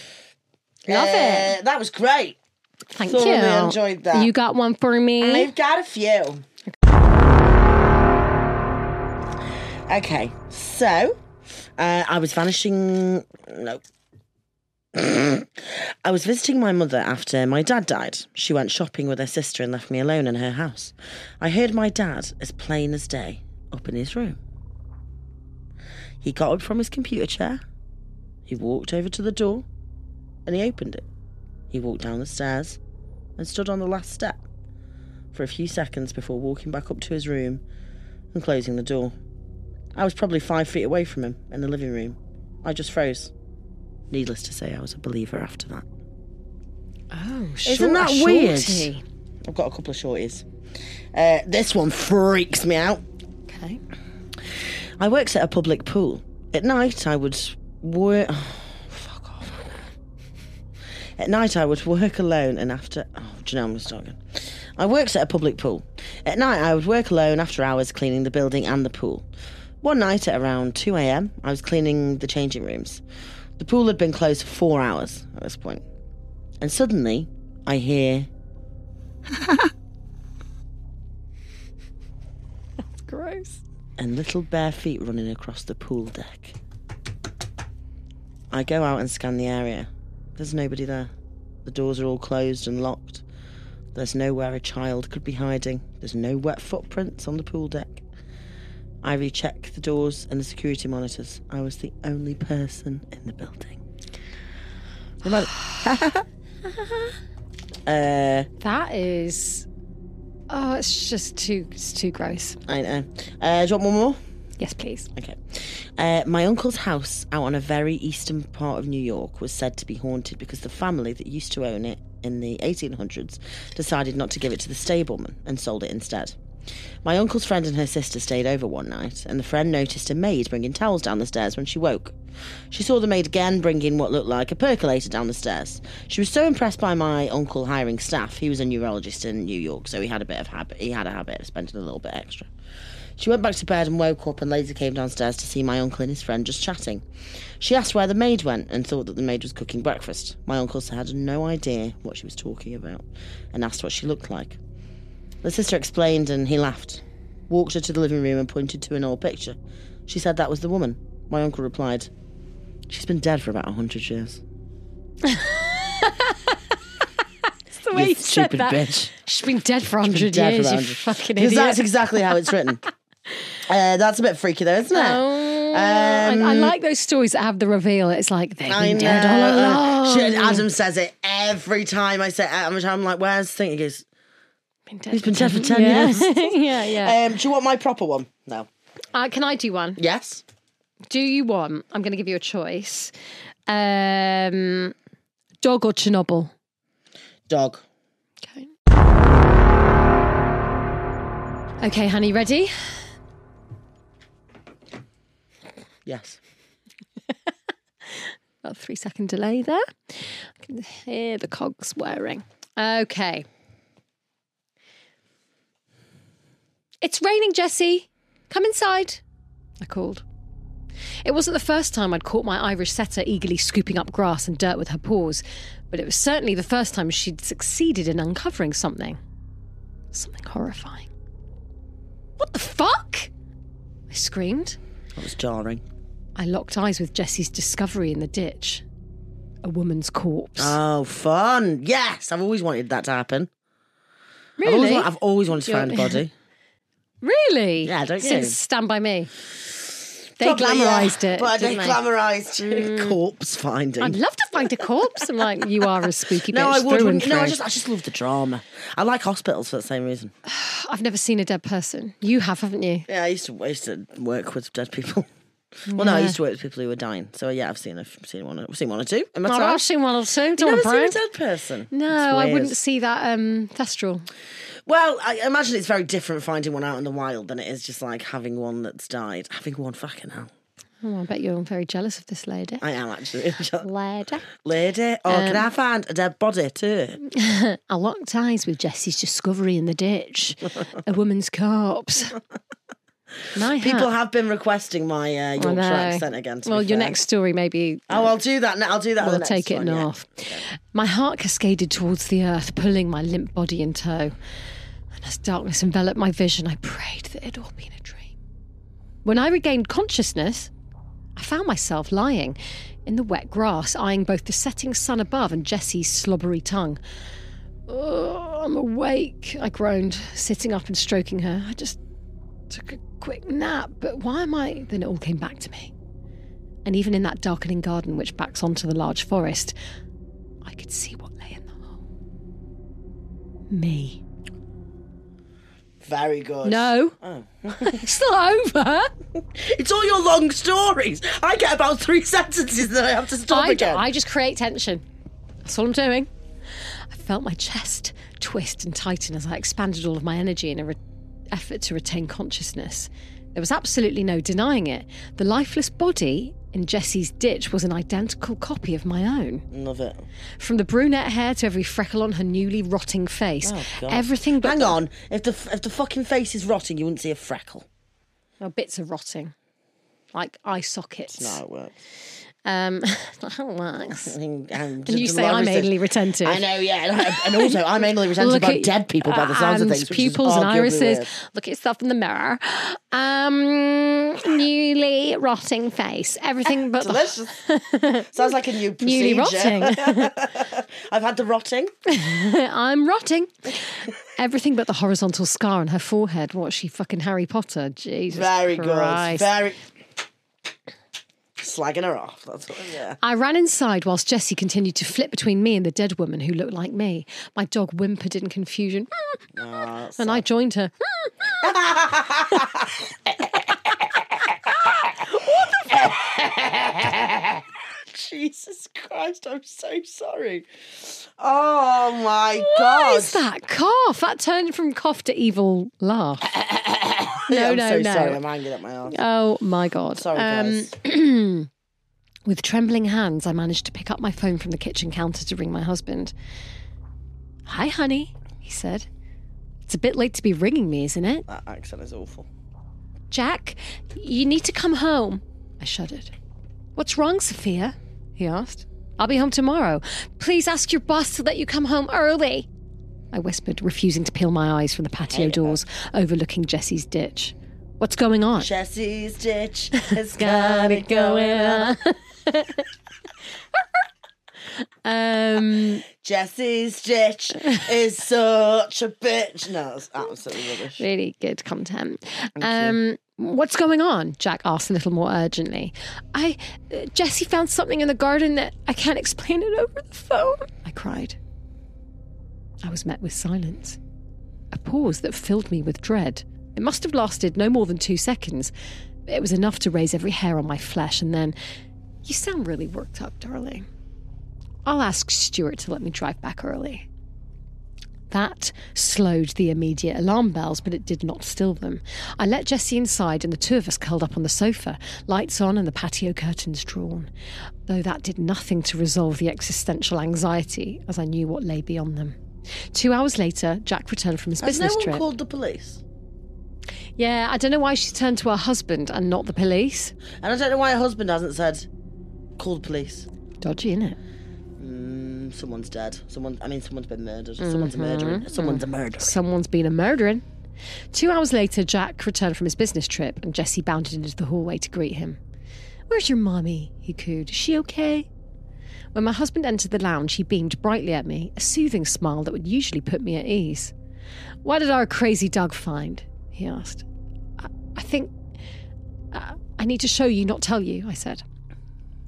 Speaker 2: Uh,
Speaker 1: love it.
Speaker 2: That was great.
Speaker 1: Thank
Speaker 2: thoroughly
Speaker 1: you.
Speaker 2: enjoyed that.
Speaker 1: You got one for me.
Speaker 2: I've got a few. Okay, so uh, I was vanishing. No. <clears throat> I was visiting my mother after my dad died. She went shopping with her sister and left me alone in her house. I heard my dad, as plain as day, up in his room. He got up from his computer chair, he walked over to the door, and he opened it. He walked down the stairs and stood on the last step for a few seconds before walking back up to his room and closing the door. I was probably five feet away from him in the living room. I just froze. Needless to say, I was a believer after that.
Speaker 1: Oh,
Speaker 2: Isn't that
Speaker 1: short-
Speaker 2: weird?
Speaker 1: shorty.
Speaker 2: I've got a couple of shorties. Uh, this one freaks me out.
Speaker 1: Okay.
Speaker 2: I worked at a public pool. At night, I would <sighs> work. fuck off. At night, I would work alone, and after. Oh, Do you know I'm just talking? I worked at a public pool. At night, I would work alone after hours cleaning the building and the pool. One night at around 2 a.m., I was cleaning the changing rooms. The pool had been closed for four hours at this point. And suddenly, I hear
Speaker 1: Gross.
Speaker 2: and little bare feet running across the pool deck. I go out and scan the area. There's nobody there. The doors are all closed and locked. There's nowhere a child could be hiding. There's no wet footprints on the pool deck. I recheck the doors and the security monitors. I was the only person in the building. <sighs> Remember- <laughs> uh,
Speaker 1: That is. Oh, it's just too. It's too gross.
Speaker 2: I know. Uh, do you want one more?
Speaker 1: Yes, please.
Speaker 2: Okay. Uh, my uncle's house out on a very eastern part of New York was said to be haunted because the family that used to own it in the 1800s decided not to give it to the stableman and sold it instead. My uncle's friend and her sister stayed over one night, and the friend noticed a maid bringing towels down the stairs when she woke. She saw the maid again bringing what looked like a percolator down the stairs. She was so impressed by my uncle hiring staff. He was a neurologist in New York, so he had a bit of habit. He had a habit of spending a little bit extra. She went back to bed and woke up and later came downstairs to see my uncle and his friend just chatting. She asked where the maid went and thought that the maid was cooking breakfast. My uncle had no idea what she was talking about and asked what she looked like. The sister explained and he laughed, walked her to the living room and pointed to an old picture. She said that was the woman. My uncle replied, She's been dead for about a hundred years.
Speaker 1: It's the way you,
Speaker 2: you
Speaker 1: said
Speaker 2: stupid
Speaker 1: that.
Speaker 2: bitch.
Speaker 1: She's been dead for hundred
Speaker 2: dead for
Speaker 1: years. You
Speaker 2: 100.
Speaker 1: fucking
Speaker 2: Because
Speaker 1: idiot.
Speaker 2: that's exactly how it's
Speaker 1: <laughs>
Speaker 2: written. uh, that's a bit freaky though, isn't it?
Speaker 1: Oh, I- I,
Speaker 2: Um,
Speaker 1: like those stories that have the reveal. It's like they've been
Speaker 2: I know.
Speaker 1: dead all along.
Speaker 2: Shit, uh, Adam says it every time I say it. I'm- I'm like, where's the thing? He goes,
Speaker 1: Been dead
Speaker 2: he's been dead for 10
Speaker 1: yeah.
Speaker 2: years.
Speaker 1: <laughs> yeah, yeah.
Speaker 2: <laughs> Um, do you want my proper one? No.
Speaker 1: Uh, can I do one?
Speaker 2: Yes.
Speaker 1: Do you want? I'm going to give you a choice. Um, dog or Chernobyl?
Speaker 2: Dog.
Speaker 1: Okay. Okay, honey, ready?
Speaker 2: Yes.
Speaker 1: About a three second delay there. I can hear the cogs whirring. Okay. It's raining, Jessie. Come inside. I called. It wasn't the first time I'd caught my Irish setter eagerly scooping up grass and dirt with her paws, but it was certainly the first time she'd succeeded in uncovering something. Something horrifying. What the fuck? I screamed.
Speaker 2: That was jarring.
Speaker 1: I locked eyes with Jessie's discovery in the ditch. A woman's corpse.
Speaker 2: Oh, fun. Yes. I've always wanted that to happen. I've always,
Speaker 1: really?
Speaker 2: wa- I've always wanted to
Speaker 1: You're-
Speaker 2: find a body.
Speaker 1: really?
Speaker 2: Yeah, don't you?
Speaker 1: Since Stand By Me. <laughs> They
Speaker 2: Probably, yeah,
Speaker 1: glamorised it.
Speaker 2: But they
Speaker 1: didn't they? <laughs> Mm.
Speaker 2: glamorised corpse finding.
Speaker 1: I'd love to find a corpse. I'm like, you are a spooky bitch.
Speaker 2: <laughs> no, I
Speaker 1: through and
Speaker 2: wouldn't. No, I
Speaker 1: through.
Speaker 2: just, I just love the drama. I like hospitals for the same reason.
Speaker 1: I've never seen a dead person. You have, haven't you?
Speaker 2: Yeah, I used to I used to work with dead people. <laughs> Well, no, I used to work with people who were dying. So yeah, I've seen a, seen one, I've seen one or two in my
Speaker 1: Well,
Speaker 2: time.
Speaker 1: I've seen one or two. Don't
Speaker 2: Never
Speaker 1: want to
Speaker 2: seen a
Speaker 1: brag.
Speaker 2: dead person. It's
Speaker 1: No, I
Speaker 2: weird.
Speaker 1: wouldn't see that um, thestral.
Speaker 2: Well, I imagine it's very different finding one out in the wild than it is just like having one that's died. Having one, fucking hell.
Speaker 1: Oh, I bet you're very jealous of this lady.
Speaker 2: I am <laughs> actually.
Speaker 1: Lady.
Speaker 2: Lady, oh, can
Speaker 1: Um,
Speaker 2: I find a dead body too?
Speaker 1: I locked eyes with Jessie's discovery in the ditch. a woman's
Speaker 2: <laughs>
Speaker 1: corpse. My
Speaker 2: People
Speaker 1: hat.
Speaker 2: have been requesting my uh,
Speaker 1: I
Speaker 2: Yorkshire
Speaker 1: know.
Speaker 2: accent again. To
Speaker 1: well,
Speaker 2: be
Speaker 1: your
Speaker 2: fair.
Speaker 1: next story maybe
Speaker 2: Oh, I'll do that. now. I'll do that. on
Speaker 1: we'll
Speaker 2: the next
Speaker 1: take it
Speaker 2: one, yeah.
Speaker 1: north. My heart cascaded towards the earth, pulling my limp body in tow. And as darkness enveloped my vision, I prayed that it had all been a dream. When I regained consciousness, I found myself lying in the wet grass, eyeing both the setting sun above and Jessie's slobbery tongue. Oh, I'm awake, I groaned, sitting up and stroking her. I just took a quick nap, but why am I? Then it all came back to me. And even in that darkening garden which backs onto the large forest, I could see what lay in the hole. Me.
Speaker 2: Very good.
Speaker 1: No.
Speaker 2: Oh.
Speaker 1: it's not over.
Speaker 2: It's all your long stories. I get about three <laughs> sentences that I have to stop
Speaker 1: I,
Speaker 2: again.
Speaker 1: I just create tension. That's all I'm doing. I felt my chest twist and tighten as I expanded all of my energy in an re- effort to retain consciousness. There was absolutely no denying it. The lifeless body in Jessie's ditch was an identical copy of my own.
Speaker 2: Love it.
Speaker 1: From the brunette hair to every freckle on her newly rotting face.
Speaker 2: Oh, God.
Speaker 1: Everything but
Speaker 2: Hang
Speaker 1: the-
Speaker 2: on. If the if the fucking face is rotting, you wouldn't see a freckle.
Speaker 1: No, Oh, bits are rotting. Like eye sockets.
Speaker 2: That's how it works.
Speaker 1: Um, <laughs> not how it works.
Speaker 2: And, and
Speaker 1: And you say I'm anally retentive.
Speaker 2: I know, yeah, and, I- and also I'm anally resented
Speaker 1: Look
Speaker 2: by
Speaker 1: at-
Speaker 2: dead people by the sounds of
Speaker 1: and
Speaker 2: things. which is
Speaker 1: Pupils and
Speaker 2: arguably
Speaker 1: irises.
Speaker 2: weird.
Speaker 1: Look at yourself in the mirror. Um, newly rotting face. Everything but the <laughs>
Speaker 2: Delicious. Sounds like a new procedure.
Speaker 1: newly rotting.
Speaker 2: <laughs> I've had the rotting.
Speaker 1: I'm rotting. Everything but the horizontal scar on her forehead. What she fucking Harry Potter? Jesus.
Speaker 2: Very
Speaker 1: Christ.
Speaker 2: good. Very slagging her off. That's what, yeah.
Speaker 1: I ran inside whilst Jessie continued to flip between me and the dead woman who looked like me. My dog whimpered in confusion,
Speaker 2: Oh,
Speaker 1: and I joined her.
Speaker 2: Jesus Christ! I'm so sorry. Oh my
Speaker 1: What
Speaker 2: God!
Speaker 1: is that cough? That turned from cough to evil laugh.
Speaker 2: <coughs> Yeah,
Speaker 1: No,
Speaker 2: I'm
Speaker 1: no,
Speaker 2: so
Speaker 1: no.
Speaker 2: sorry. I'm hanging up my arse.
Speaker 1: Oh my god.
Speaker 2: Sorry,
Speaker 1: Um,
Speaker 2: guys.
Speaker 1: With trembling hands, I managed to pick up my phone from the kitchen counter to ring my husband. Hi, honey, he said. It's a bit late to be ringing me, isn't it?
Speaker 2: That accent is awful.
Speaker 1: Jack, you need to come home. I shuddered. What's wrong, Sophia? He asked. I'll be home tomorrow. Please ask your boss to let you come home early. I whispered, refusing to peel my eyes from the patio doors overlooking Jessie's ditch. What's going on?
Speaker 2: Jesse's <laughs> ditch has got it going on.
Speaker 1: <laughs> Um,
Speaker 2: Jesse's ditch <laughs> is such a bitch. No, it's absolutely rubbish.
Speaker 1: really good content. Um, what's going on? Jack asked a little more urgently. I, uh, Jessie found something in the garden that I can't explain it over the phone. I cried. I was met with silence, a pause that filled me with dread. It must have lasted no more than two seconds. but It was enough to raise every hair on my flesh, and then, you sound really worked up, darling. I'll ask Stuart to let me drive back early. That slowed the immediate alarm bells, but it did not still them. I let Jessie inside, and the two of us curled up on the sofa, lights on and the patio curtains drawn. Though that did nothing to resolve the existential anxiety, as I knew what lay beyond them. Two hours later, Jack returned from his
Speaker 2: Has no
Speaker 1: business
Speaker 2: one
Speaker 1: trip.
Speaker 2: called the police?
Speaker 1: yeah, I don't know why she turned to her husband and not the police.
Speaker 2: And I don't know why her husband hasn't said, call the police.
Speaker 1: Dodgy, innit?
Speaker 2: Mm, someone's dead. Someone, I mean, someone's been murdered. Someone's a murdering. Someone's a murderer.
Speaker 1: Someone's been a murdering. Two hours later, Jack returned from his business trip and Jesse bounded into the hallway to greet him. Where's your mommy? he cooed. Is she okay? When my husband entered the lounge, he beamed brightly at me, a soothing smile that would usually put me at ease. What did our crazy dog find? he asked. I, I think. I- I need to show you, not tell you, I said.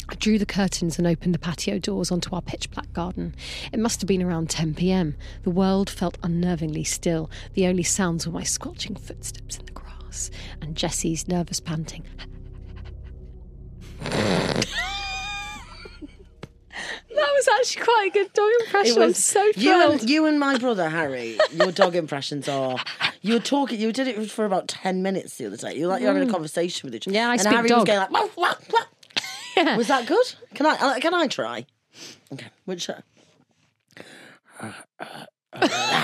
Speaker 1: I drew the curtains and opened the patio doors onto our pitch black garden. It must have been around 10 pm. The world felt unnervingly still. The only sounds were my squelching footsteps in the grass and Jessie's nervous panting. that was actually quite a good dog impression. I'm so
Speaker 2: you
Speaker 1: thrilled.
Speaker 2: and you and my brother Harry. Your dog impressions are.
Speaker 1: <laughs>
Speaker 2: You were talking. You did it for about ten minutes the other day. You were like you're having a conversation with each other.
Speaker 1: Mm. Yeah, I
Speaker 2: and
Speaker 1: speak
Speaker 2: Harry was
Speaker 1: dog.
Speaker 2: going like. "Wah, wah,
Speaker 1: <laughs>
Speaker 2: wah." Was that good? Can I? uh, Can I try? Okay. Which. Uh,
Speaker 1: <laughs>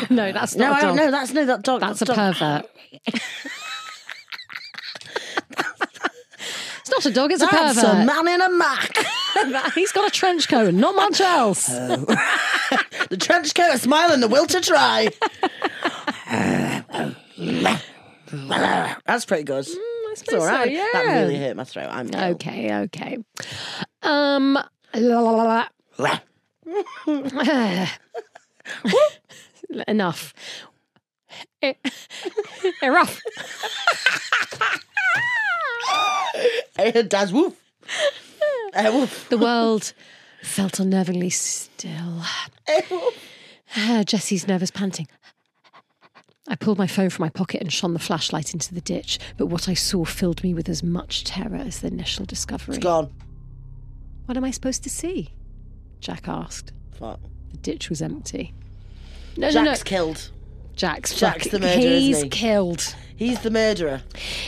Speaker 1: no, that's
Speaker 2: no,
Speaker 1: not
Speaker 2: I
Speaker 1: a dog.
Speaker 2: don't. No, that's no. That dog.
Speaker 1: That's a
Speaker 2: dog.
Speaker 1: pervert. it's not a dog, it's a
Speaker 2: That's
Speaker 1: pervert.
Speaker 2: a man in a
Speaker 1: <laughs>
Speaker 2: mac.
Speaker 1: He's got a trench coat and not
Speaker 2: <laughs>
Speaker 1: much else.
Speaker 2: the trench coat, a smile, and the will
Speaker 1: <laughs>
Speaker 2: to try. <laughs> That's pretty good.
Speaker 1: Mm,
Speaker 2: It's all right. That really hurt my throat. I'm ill.
Speaker 1: okay, okay. Um, la, la, la, Oh. la. enough. Eh, <laughs> Enough.
Speaker 2: Daz woof. Eh, woof.
Speaker 1: The world felt unnervingly still.
Speaker 2: Eh, woof.
Speaker 1: Ah, Jessie's nervous panting. I pulled my phone from my pocket and shone the flashlight into the ditch, but what I saw filled me with as much terror as the initial discovery.
Speaker 2: Gone.
Speaker 1: What am I supposed to see? Jack asked.
Speaker 2: Fuck.
Speaker 1: The ditch was empty. No, no, no.
Speaker 2: Jack's killed.
Speaker 1: Jack's
Speaker 2: Jack's
Speaker 1: fuck-
Speaker 2: the murderer, isn't
Speaker 1: He's
Speaker 2: he?
Speaker 1: killed.
Speaker 2: He's the murderer.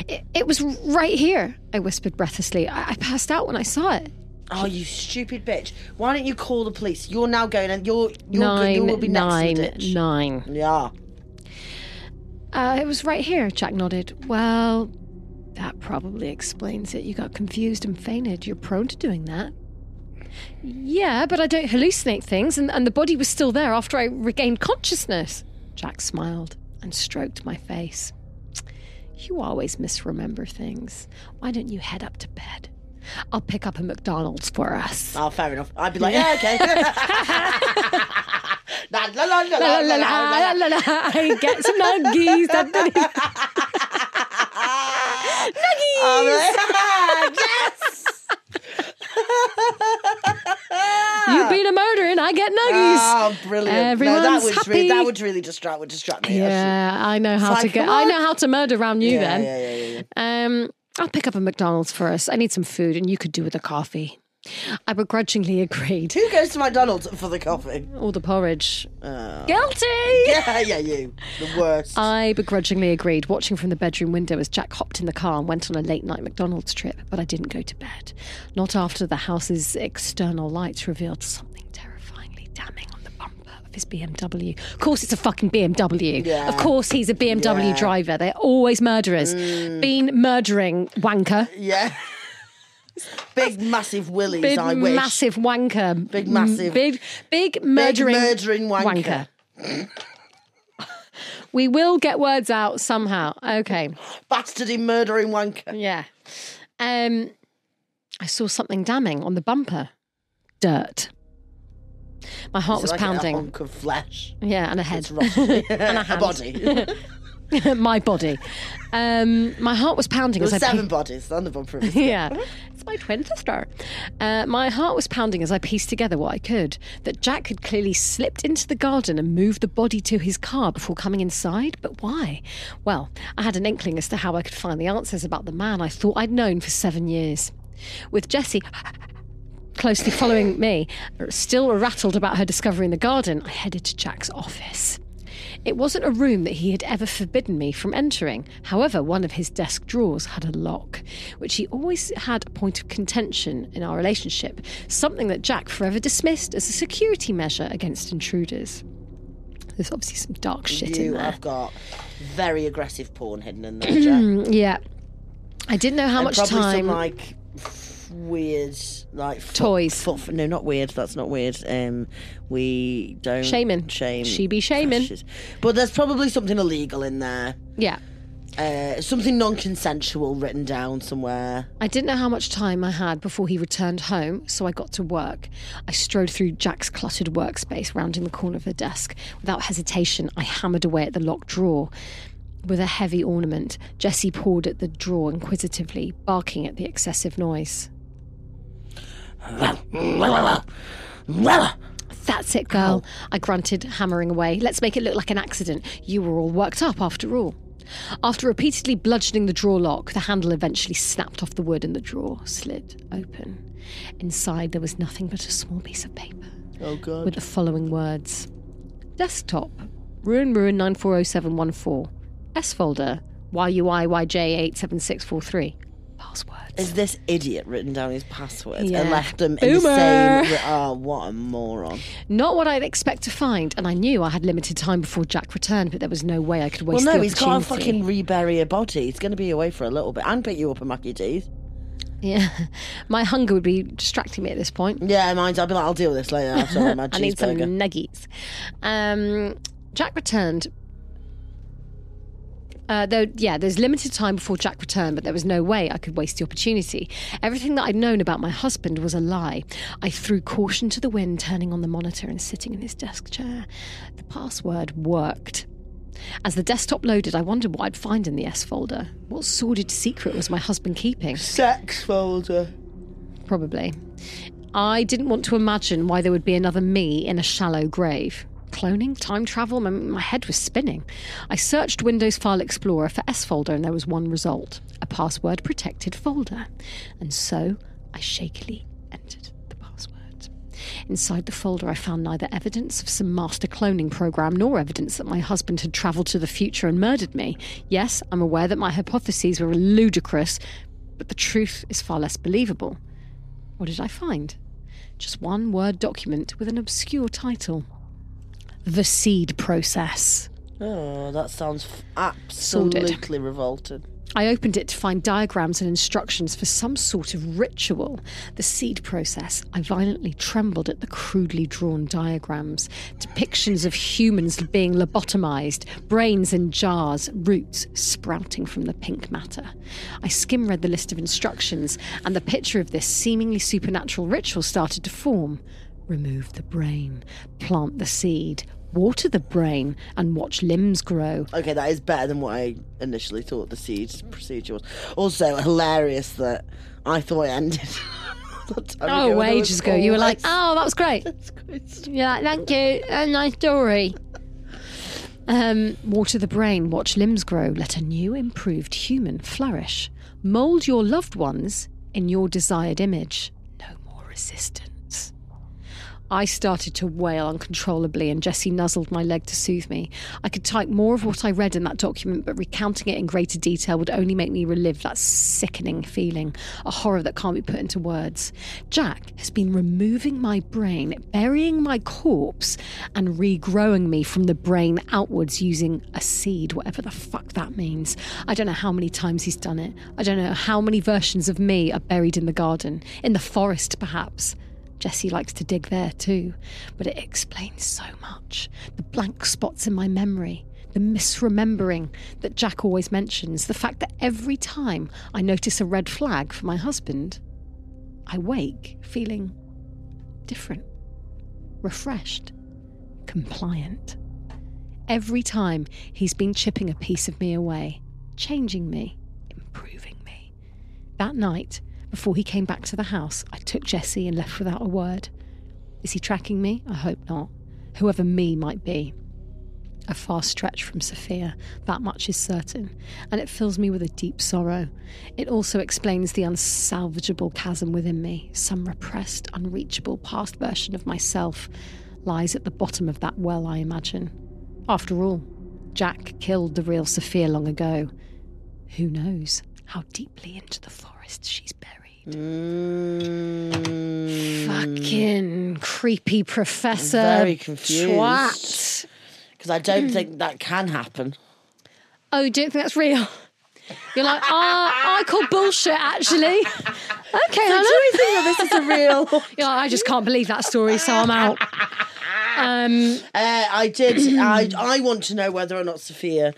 Speaker 1: It, it was right here. I whispered breathlessly. I, I passed out when I saw it.
Speaker 2: Oh, you stupid bitch! Why don't you call the police? You're now going, and you're you're
Speaker 1: nine,
Speaker 2: you will be
Speaker 1: nine,
Speaker 2: next in the ditch.
Speaker 1: nine.
Speaker 2: Yeah.
Speaker 1: Uh, it was right here, Jack nodded. Well, that probably explains it. You got confused and fainted. You're prone to doing that. Yeah, but I don't hallucinate things, and, and the body was still there after I regained consciousness. Jack smiled and stroked my face. You always misremember things. Why don't you head up to bed? I'll pick up a McDonald's for us.
Speaker 2: Oh, fair enough. I'd be like, yeah,
Speaker 1: <laughs>
Speaker 2: okay. <laughs> La, la, la, la,
Speaker 1: La,
Speaker 2: la,
Speaker 1: la, la, la, la, la. <laughs> I get some nuggies. Da, da, <laughs> da.
Speaker 2: I'm like, <laughs> yes.
Speaker 1: You've been a murderer, and I get nuggies.
Speaker 2: Oh, brilliant! no, that
Speaker 1: Everyone's
Speaker 2: would Really, that
Speaker 1: happy.
Speaker 2: would really distract would distract me. actually.
Speaker 1: Yeah, I know how to
Speaker 2: like,
Speaker 1: get.
Speaker 2: come
Speaker 1: I
Speaker 2: on.
Speaker 1: know how to murder around you.
Speaker 2: Yeah,
Speaker 1: then,
Speaker 2: yeah, yeah, yeah, yeah.
Speaker 1: um, I'll pick up a McDonald's for us. I need some food, and you could do with a coffee. I begrudgingly <laughs> agreed.
Speaker 2: Who goes to McDonald's for the coffee?
Speaker 1: All the porridge.
Speaker 2: Oh.
Speaker 1: Guilty.
Speaker 2: Yeah, <laughs> yeah, you. The worst.
Speaker 1: I begrudgingly agreed, watching from the bedroom window as Jack hopped in the car and went on a late night McDonald's trip, but I didn't go to bed. Not after the house's external lights revealed something terrifyingly damning on the bumper of his BMW. Of course, it's a fucking BMW.
Speaker 2: Yeah.
Speaker 1: Of course, he's a BMW driver. They're always murderers.
Speaker 2: Mm.
Speaker 1: Been murdering wanker.
Speaker 2: yeah. Big massive willies.
Speaker 1: Big
Speaker 2: I wish.
Speaker 1: massive wanker.
Speaker 2: Big
Speaker 1: M-
Speaker 2: massive-
Speaker 1: Big big murdering
Speaker 2: murdering wanker.
Speaker 1: <laughs> we will get words out somehow. Okay.
Speaker 2: Bastardy murdering wanker.
Speaker 1: Yeah. Um, I saw something damning on the bumper. Dirt. My heart was
Speaker 2: Like A
Speaker 1: pounding.
Speaker 2: hunk of flesh.
Speaker 1: Yeah, and a <laughs> head.
Speaker 2: and <laughs> a body.
Speaker 1: my body. Um, my heart was pounding as I
Speaker 2: Seven bodies on the bumper of
Speaker 1: <laughs>
Speaker 2: his
Speaker 1: yeah. It's my twin sister. Uh, my heart was pounding as I pieced together what I could that Jack had clearly slipped into the garden and moved the body to his car before coming inside. But why? Well, I had an inkling as to how I could find the answers about the man I thought I'd known for seven years. With Jessie closely following me, still rattled about her discovery in the garden, I headed to Jack's office. It wasn't a room that he had ever forbidden me from entering. However, one of his desk drawers had a lock, which he always had a point of contention in our relationship, something that Jack forever dismissed as a security measure against intruders. There's obviously some dark shit in
Speaker 2: You
Speaker 1: there.
Speaker 2: have got very aggressive porn hidden
Speaker 1: <clears throat>
Speaker 2: in there, Jack.
Speaker 1: Yeah. I didn't know how much
Speaker 2: Probably
Speaker 1: time.
Speaker 2: some like f- weird, like foot-
Speaker 1: Toys.
Speaker 2: foot- no, not weird. That's not weird. Um, we don't
Speaker 1: Shaming.
Speaker 2: Shame.
Speaker 1: She be shaming.
Speaker 2: fetishes. But there's probably something illegal in there.
Speaker 1: yeah.
Speaker 2: Uh, something non-consensual written down somewhere.
Speaker 1: I didn't know how much time I had before he returned home, so I got to work. I strode through Jack's cluttered workspace, rounding the corner of the desk. Without hesitation, I hammered away at the locked drawer with a heavy ornament. Jessie pawed at the drawer inquisitively, barking at the excessive noise. Oh, That's it, girl, I grunted, hammering away. Let's make it look like an accident. You were all worked up after all. After repeatedly bludgeoning the drawer lock, the handle eventually snapped off the wood and the drawer slid open. Inside, there was nothing but a small piece of paper
Speaker 2: Oh god.
Speaker 1: with the following words Desktop, Ruin Ruin 940714, S folder, YUIYJ87643. Passwords.
Speaker 2: Is this idiot written down his password
Speaker 1: Yeah.
Speaker 2: and left them
Speaker 1: Boomer.
Speaker 2: in the same? Oh, what a moron!
Speaker 1: Not what I'd expect to find, and I knew I had limited time before Jack returned, but there was no way I could
Speaker 2: Well,
Speaker 1: waste
Speaker 2: no,
Speaker 1: the
Speaker 2: he's got to
Speaker 1: opportunity.
Speaker 2: fucking rebury a body. He's going to be away for a little bit and pick you up and mack your teeth.
Speaker 1: Yeah, <laughs> my hunger would be distracting me at this point.
Speaker 2: Yeah, mind. I'll be like, I'll deal with this later
Speaker 1: <laughs>
Speaker 2: after I've had my
Speaker 1: I need some
Speaker 2: cheeseburger.
Speaker 1: nuggies. Um, Jack returned. Uh, though, yeah, there's limited time before Jack returned, but there was no way I could waste the opportunity. Everything that I'd known about my husband was a lie. I threw caution to the wind, turning on the monitor and sitting in his desk chair. The password worked. As the desktop loaded, I wondered what I'd find in the S folder. What sordid secret was my husband keeping?
Speaker 2: Sex folder.
Speaker 1: Probably. I didn't want to imagine why there would be another me in a shallow grave. Cloning? Time travel? My, my head was spinning. I searched Windows File Explorer for S folder and there was one result a password protected folder. And so I shakily entered the password. Inside the folder, I found neither evidence of some master cloning program nor evidence that my husband had traveled to the future and murdered me. Yes, I'm aware that my hypotheses were ludicrous, but the truth is far less believable. What did I find? Just one word document with an obscure title The Seed Process.
Speaker 2: Oh, that sounds f- absolutely revolting.
Speaker 1: I opened it to find diagrams and instructions for some sort of ritual. The seed process, I violently trembled at the crudely drawn diagrams, depictions of humans being lobotomized, brains in jars, roots sprouting from the pink matter. I skim read the list of instructions, and the picture of this seemingly supernatural ritual started to form. Remove the brain, plant the seed, water the brain, and watch limbs grow.
Speaker 2: Okay, that is better than what I initially thought the seed procedure was. Also, hilarious that I thought it ended. <laughs> that time ago
Speaker 1: Oh,
Speaker 2: when I was
Speaker 1: ages ago, you were like,
Speaker 2: <laughs> always-
Speaker 1: oh, that was great.
Speaker 2: That's great stuff.
Speaker 1: Yeah, thank you. A nice story. Um, water the brain, watch limbs grow, let a new, improved human flourish. Mold your loved ones in your desired image. No more resistance. I started to wail uncontrollably, and Jessie nuzzled my leg to soothe me. I could type more of what I read in that document, but recounting it in greater detail would only make me relive that sickening feeling, a horror that can't be put into words. Jack has been removing my brain, burying my corpse, and regrowing me from the brain outwards using a seed, whatever the fuck that means. I don't know how many times he's done it. I don't know how many versions of me are buried in the garden, in the forest, perhaps. Jessie likes to dig there too, but it explains so much. The blank spots in my memory, the misremembering that Jack always mentions, the fact that every time I notice a red flag for my husband, I wake feeling different, refreshed, compliant. Every time he's been chipping a piece of me away, changing me, improving me. That night, before he came back to the house, I took Jesse and left without a word. Is he tracking me? I hope not. Whoever me might be. A far stretch from Sophia, that much is certain, and it fills me with a deep sorrow. It also explains the unsalvageable chasm within me. Some repressed, unreachable past version of myself lies at the bottom of that well, I imagine. After all, Jack killed the real Sophia long ago. Who knows how deeply into the forest she's buried?
Speaker 2: Mm,
Speaker 1: Fucking creepy professor.
Speaker 2: Hmm. Very confused.
Speaker 1: Twat.
Speaker 2: Because I don't think that can
Speaker 1: <laughs>
Speaker 2: happen.
Speaker 1: Oh, you don't think that's real? You're like, ah, I call bullshit actually. Okay,
Speaker 2: Do
Speaker 1: Hannah.
Speaker 2: you think that this is a real?
Speaker 1: You're like, I just can't believe that story, so I'm out. Um,
Speaker 2: <laughs> Uh, I did. I I want to know whether or not Sophia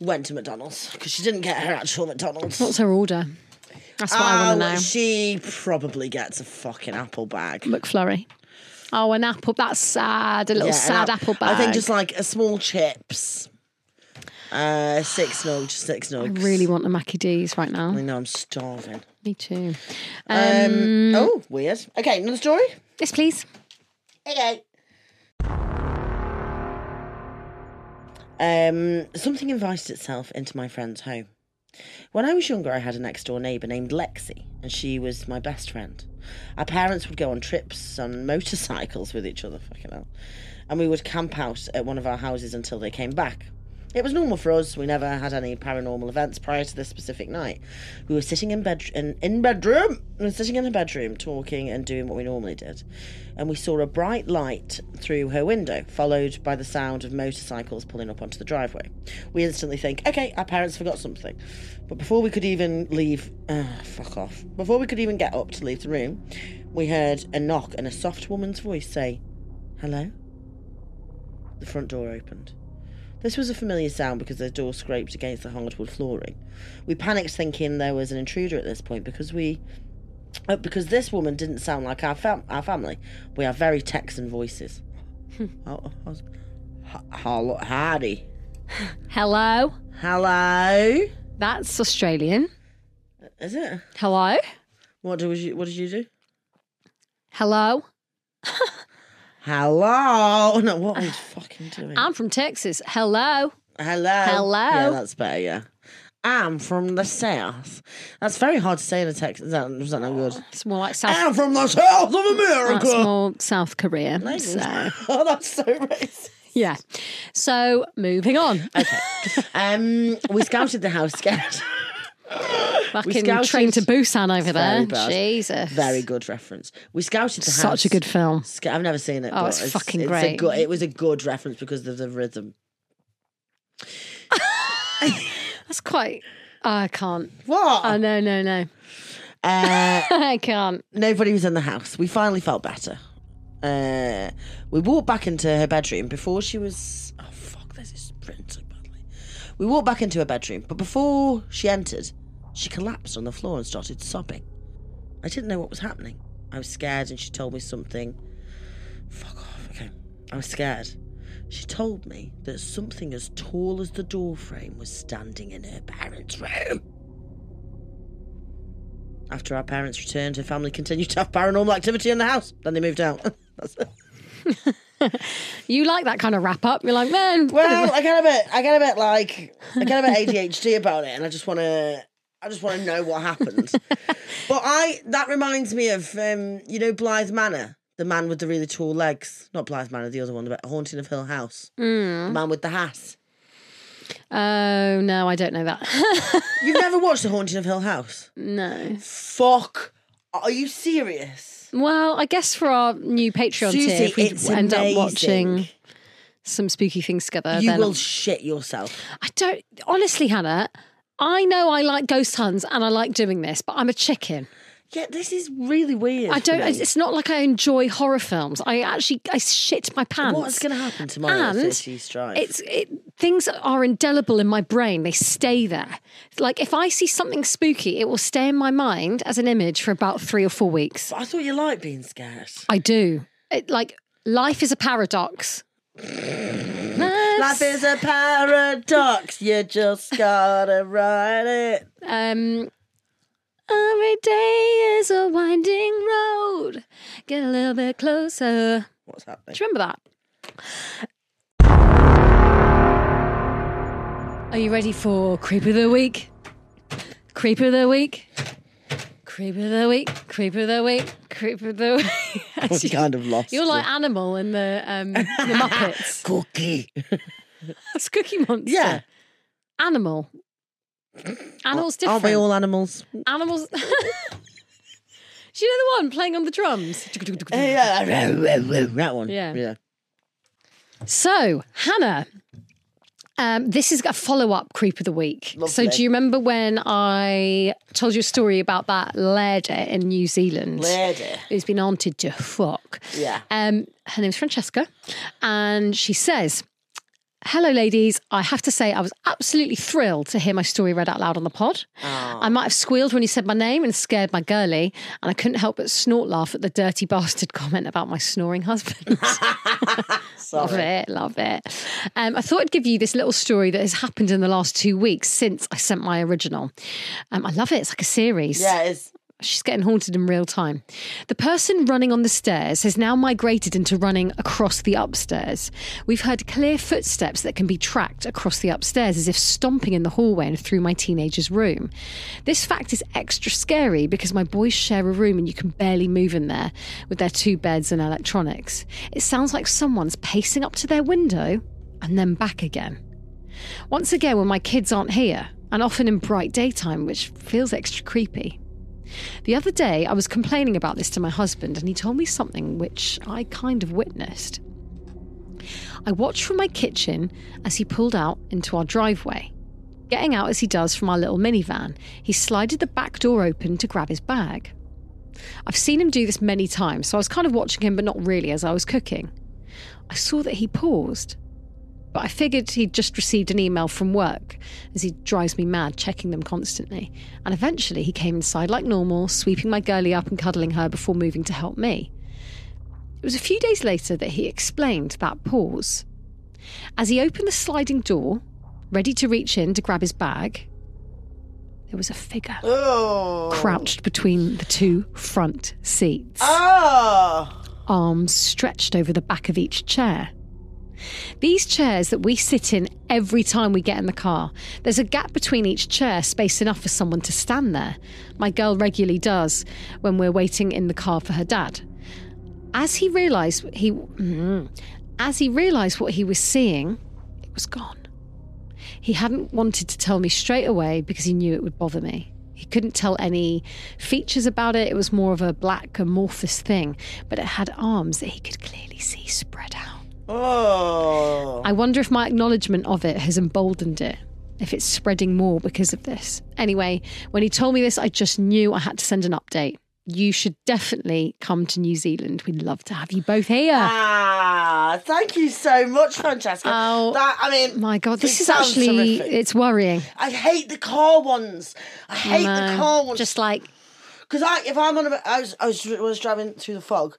Speaker 2: went to McDonald's because she didn't get her actual McDonald's.
Speaker 1: what's her order? That's what I want to
Speaker 2: Oh,
Speaker 1: know.
Speaker 2: She probably gets a fucking apple bag.
Speaker 1: McFlurry. Oh, an apple. That's sad. A little
Speaker 2: Yeah, an
Speaker 1: sad
Speaker 2: app-
Speaker 1: apple bag.
Speaker 2: I think just like a small chips, uh, six nugs, six
Speaker 1: I
Speaker 2: nugs.
Speaker 1: Oh, really want the Mackie D's right now.
Speaker 2: I know I'm starving.
Speaker 1: Me too.
Speaker 2: Mm. Um, oh, weird. Okay, another story.
Speaker 1: Yes, please.
Speaker 2: Okay. Um, something invited itself into my friend's home. When I was younger, I had a next door neighbour named Lexi, and she was my best friend. Our parents would go on trips on motorcycles with each other, fucking hell. And we would camp out at one of our houses until they came back. It was normal for us. We never had any paranormal events prior to this specific night. We were sitting in bed in, in bedroom. We were sitting in her bedroom, talking and doing what we normally did, and we saw a bright light through her window, followed by the sound of motorcycles pulling up onto the driveway. We instantly think, okay, our parents forgot something. But before we could even leave, ah, fuck off. Before we could even get up to leave the room, we heard a knock and a soft woman's voice say, "Hello." The front door opened. This was a familiar sound because the door scraped against the hardwood flooring. We panicked, thinking there was an intruder at this point because we, uh, because this woman didn't sound like our fam- our family. We have very Texan voices. oh, I was- H- hello, howdy,
Speaker 1: Hello.
Speaker 2: hello.
Speaker 1: That's Australian.
Speaker 2: Is it?
Speaker 1: Hello.
Speaker 2: What do you? What did you do? Mm.
Speaker 1: Hello.
Speaker 2: Hello. <laughs> No, what are you fucking doing?
Speaker 1: I'm from Texas. Hello.
Speaker 2: hello.
Speaker 1: Uh, Hello.
Speaker 2: Yeah, that's better. Yeah. I'm from the south. That's very hard to say in a text. Is that, is that not good?
Speaker 1: It's more like South.
Speaker 2: I'm from the south of
Speaker 1: That's
Speaker 2: America.
Speaker 1: more South Korea. So,
Speaker 2: <laughs> oh, that's so racist.
Speaker 1: yeah. So moving
Speaker 2: <laughs>
Speaker 1: on.
Speaker 2: Um, we scouted the house scared.
Speaker 1: Fucking
Speaker 2: scouted-
Speaker 1: train to Busan over there.
Speaker 2: Very bad.
Speaker 1: Jesus.
Speaker 2: Very good reference. We scouted the house.
Speaker 1: Such a good film.
Speaker 2: Sc- I've never seen it. but
Speaker 1: it's fucking
Speaker 2: it's A
Speaker 1: great.
Speaker 2: good, it was a good reference because of the rhythm.
Speaker 1: That's quite. I can't. Oh
Speaker 2: What?
Speaker 1: no no no. <laughs>
Speaker 2: Uh,
Speaker 1: I can't.
Speaker 2: nobody was in the house. We finally felt better. Uh, we walked back into her bedroom before she was. Oh fuck! This is printed so badly. We walked back into her bedroom, but before she entered, she collapsed on the floor and started sobbing. I didn't know what was happening. I was scared, and she told me something. Fuck off. Okay. I was scared. She told me that something as tall as the door frame was standing in her parents' room. After our parents returned, her family continued to have paranormal activity in the house. Then they moved out. <laughs> That's it.
Speaker 1: You like that kind of wrap up? You're like, man.
Speaker 2: Well, I get a bit, I get a bit like, I get <laughs> a bit ADHD about it, and I just want to, I just want to know what <laughs> happened. but I, that reminds me of, um, you know, Blythe Manor, the man with the really tall legs. Not Blythe Manor, the other one, the Haunting of Hill House, the man with the hat.
Speaker 1: oh no, I don't know that. <laughs>
Speaker 2: You've never watched the Haunting of Hill House?
Speaker 1: no.
Speaker 2: Fuck! Are you serious?
Speaker 1: Well, I guess for our new Patreon tier,
Speaker 2: Susie,
Speaker 1: if we
Speaker 2: it's
Speaker 1: end
Speaker 2: amazing.
Speaker 1: up watching some spooky things together,
Speaker 2: you
Speaker 1: then
Speaker 2: will shit yourself.
Speaker 1: I don't. Honestly, Hannah, I know I like ghost hunts and I like doing this, but I'm a chicken.
Speaker 2: Yeah, this is really weird.
Speaker 1: I
Speaker 2: for
Speaker 1: don't.
Speaker 2: me.
Speaker 1: It's not like I enjoy horror films. I actually I shit my pants.
Speaker 2: What's going to happen tomorrow
Speaker 1: And
Speaker 2: if she strikes?
Speaker 1: It's it, things are indelible in my brain. They stay there. Like if I see something spooky, it will stay in my mind as an image for about three or four weeks.
Speaker 2: I thought you liked being scared.
Speaker 1: I do. It, like life is a paradox.
Speaker 2: Life is a
Speaker 1: <laughs>
Speaker 2: paradox. You just gotta ride it.
Speaker 1: Um, every day is a winding road. Get a little bit closer.
Speaker 2: What's happening?
Speaker 1: Do you remember that? Are you ready for Creep of the Week? Creep of the Week. Creep of the Week. Creep of the Week. Creep of the Week. <laughs> As you-
Speaker 2: kind of lost.
Speaker 1: You're like Animal in the, um, the Muppets.
Speaker 2: cookie.
Speaker 1: That's Cookie Monster.
Speaker 2: Yeah.
Speaker 1: Animal. Animals different.
Speaker 2: Aren't we all animals?
Speaker 1: Animals. <laughs> Do you know the one playing on the drums?
Speaker 2: Yeah, that one.
Speaker 1: Yeah.
Speaker 2: yeah.
Speaker 1: So, Hannah, um, this is a follow up creep of the week. So,
Speaker 2: Lovely.
Speaker 1: do you remember when I told you a story about that lady in New Zealand
Speaker 2: Lady.
Speaker 1: who's been haunted to fuck?
Speaker 2: Yeah.
Speaker 1: Um, her name's Francesca, and she says, Hello, ladies. I have to say, I was absolutely thrilled to hear my story read out loud on the pod. I might have squealed when you said my name and scared my girly, and I couldn't help but snort laugh at the dirty <laughs> bastard comment about my snoring husband. love
Speaker 2: <laughs> Sorry.
Speaker 1: it, love it. Um, I thought I'd give you this little story that has happened in the last two weeks since I sent my original. Um, I love it. It's like a series.
Speaker 2: Yeah, it's
Speaker 1: She's getting haunted in real time. The person running on the stairs has now migrated into running across the upstairs. We've heard clear footsteps that can be tracked across the upstairs as if stomping in the hallway and through my teenager's room. This fact is extra scary because my boys share a room and you can barely move in there with their two beds and electronics. It sounds like someone's pacing up to their window and then back again. Once again, when my kids aren't here, and often in bright daytime, which feels extra creepy. The other day, I was complaining about this to my husband, and he told me something which I kind of witnessed. I watched from my kitchen as he pulled out into our driveway. Getting out as he does from our little minivan, he slided the back door open to grab his bag. I've seen him do this many times, so I was kind of watching him, but not really as I was cooking. I saw that he paused, but I figured he'd just received an email from work, as he drives me mad checking them constantly. And eventually he came inside like normal, sweeping my girly up and cuddling her before moving to help me. It was a few days later that he explained that pause. As he opened the sliding door, ready to reach in to grab his bag, there was a figure
Speaker 2: oh
Speaker 1: crouched between the two front seats
Speaker 2: oh
Speaker 1: arms stretched over the back of each chair. These chairs that we sit in every time we get in the car, there's a gap between each chair, space enough for someone to stand there. My girl regularly does when we're waiting in the car for her dad. As he realised he, mm, as he realised what he was seeing, it was gone. He hadn't wanted to tell me straight away because he knew it would bother me. He couldn't tell any features about it. It was more of a black, amorphous thing, but it had arms that he could clearly see spread out.
Speaker 2: Oh.
Speaker 1: I wonder if my acknowledgement of it has emboldened it, if it's spreading more because of this. Anyway, when he told me this, I just knew I had to send an update. You should definitely come to New Zealand. We'd love to have you both here.
Speaker 2: Ah, thank you so much, Francesca.
Speaker 1: Oh.
Speaker 2: that I mean,
Speaker 1: My God, this
Speaker 2: it
Speaker 1: is
Speaker 2: sounds
Speaker 1: actually,
Speaker 2: horrific.
Speaker 1: it's worrying.
Speaker 2: I hate the car ones. I hate the
Speaker 1: No,
Speaker 2: car ones.
Speaker 1: Just like,
Speaker 2: Because I, if I'm on a, I was, I was, I was driving through the fog.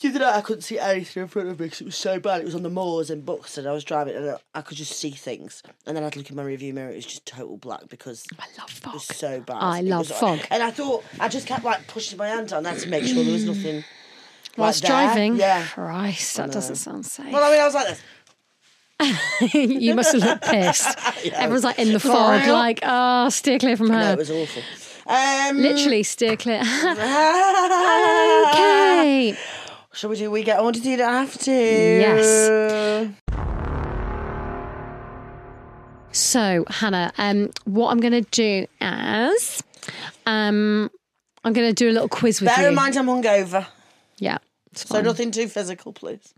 Speaker 2: The other night I couldn't see anything in front of me because it was so bad. It was on the moors in Buxton. I was driving and I, I could just see things. And then I'd look in my rearview mirror. It was just total black because
Speaker 1: I love fog.
Speaker 2: was so bad.
Speaker 1: I
Speaker 2: It
Speaker 1: love
Speaker 2: was-
Speaker 1: fog.
Speaker 2: And I thought I just kept like pushing my hand down there to make sure there was nothing. like,
Speaker 1: Whilst
Speaker 2: there.
Speaker 1: driving,
Speaker 2: Yeah.
Speaker 1: Christ, that doesn't sound safe. <laughs>
Speaker 2: Well, I mean, I was like this. <laughs>
Speaker 1: you must have looked pissed. Everyone's like in the fog,
Speaker 2: real?
Speaker 1: like, oh, steer clear from her.
Speaker 2: No, it was awful. <laughs> Um,
Speaker 1: Literally, steer clear. <laughs> okay.
Speaker 2: Shall we do we get on to do it after?
Speaker 1: Yes. So, Hannah, um, what I'm going to do is um, I'm going to do a little quiz with
Speaker 2: Bear
Speaker 1: you.
Speaker 2: in mind, I'm hungover,
Speaker 1: Yeah. It's
Speaker 2: so
Speaker 1: fine.
Speaker 2: nothing too physical, please.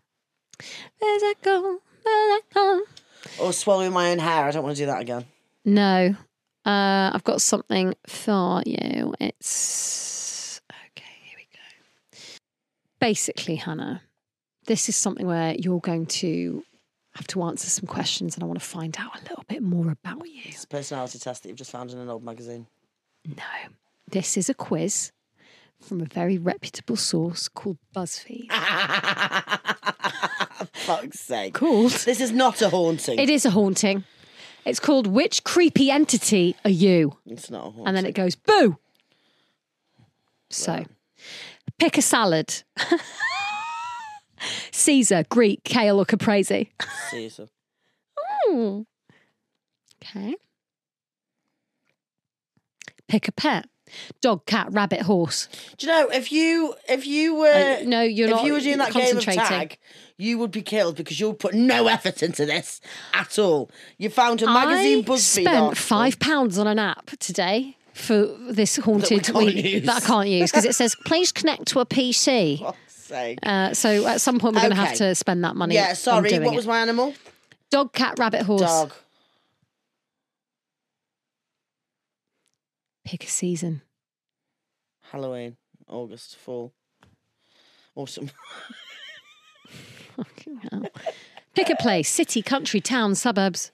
Speaker 1: Physical, physical.
Speaker 2: Or swallowing my own hair. I don't want to do that again.
Speaker 1: No. Uh, I've got something for you. It's okay. Here we go. Basically, Hannah, this is something where you're going to have to answer some questions, and I want to find out a little bit more about you.
Speaker 2: It's a personality test that you've just found in an old magazine.
Speaker 1: No, this is a quiz from a very reputable source called BuzzFeed.
Speaker 2: Fuck's sake.
Speaker 1: Called?
Speaker 2: This is not a haunting.
Speaker 1: It is a haunting. It's called Which Creepy Entity Are You?
Speaker 2: it's not a haunting.
Speaker 1: and then it goes boo. So, pick a salad: Caesar, Greek, kale, or caprese.
Speaker 2: Caesar.
Speaker 1: Okay. Pick a pet: dog, cat, rabbit, horse.
Speaker 2: Do you know if you if you were
Speaker 1: Uh, no, you're
Speaker 2: if
Speaker 1: not
Speaker 2: you were doing that game of
Speaker 1: concentrating.
Speaker 2: tag, you would be killed because you put no effort into this at all. You found a magazine
Speaker 1: I
Speaker 2: BuzzFeed article.
Speaker 1: spent five pounds on an app today for this haunted
Speaker 2: can't
Speaker 1: week
Speaker 2: use.
Speaker 1: that I can't use because it says please connect to a
Speaker 2: <laughs>
Speaker 1: PC.
Speaker 2: Fuck's sake.
Speaker 1: Uh, so at some point we're going to have
Speaker 2: Okay.
Speaker 1: to spend that money.
Speaker 2: yeah,
Speaker 1: on
Speaker 2: sorry.
Speaker 1: doing
Speaker 2: What
Speaker 1: it.
Speaker 2: was my animal?
Speaker 1: dog, cat, rabbit, horse?
Speaker 2: Dog.
Speaker 1: Pick a season. <laughs>
Speaker 2: Halloween, August, fall, <laughs> autumn.
Speaker 1: Fucking hell. Pick a place: city, country, town, suburbs.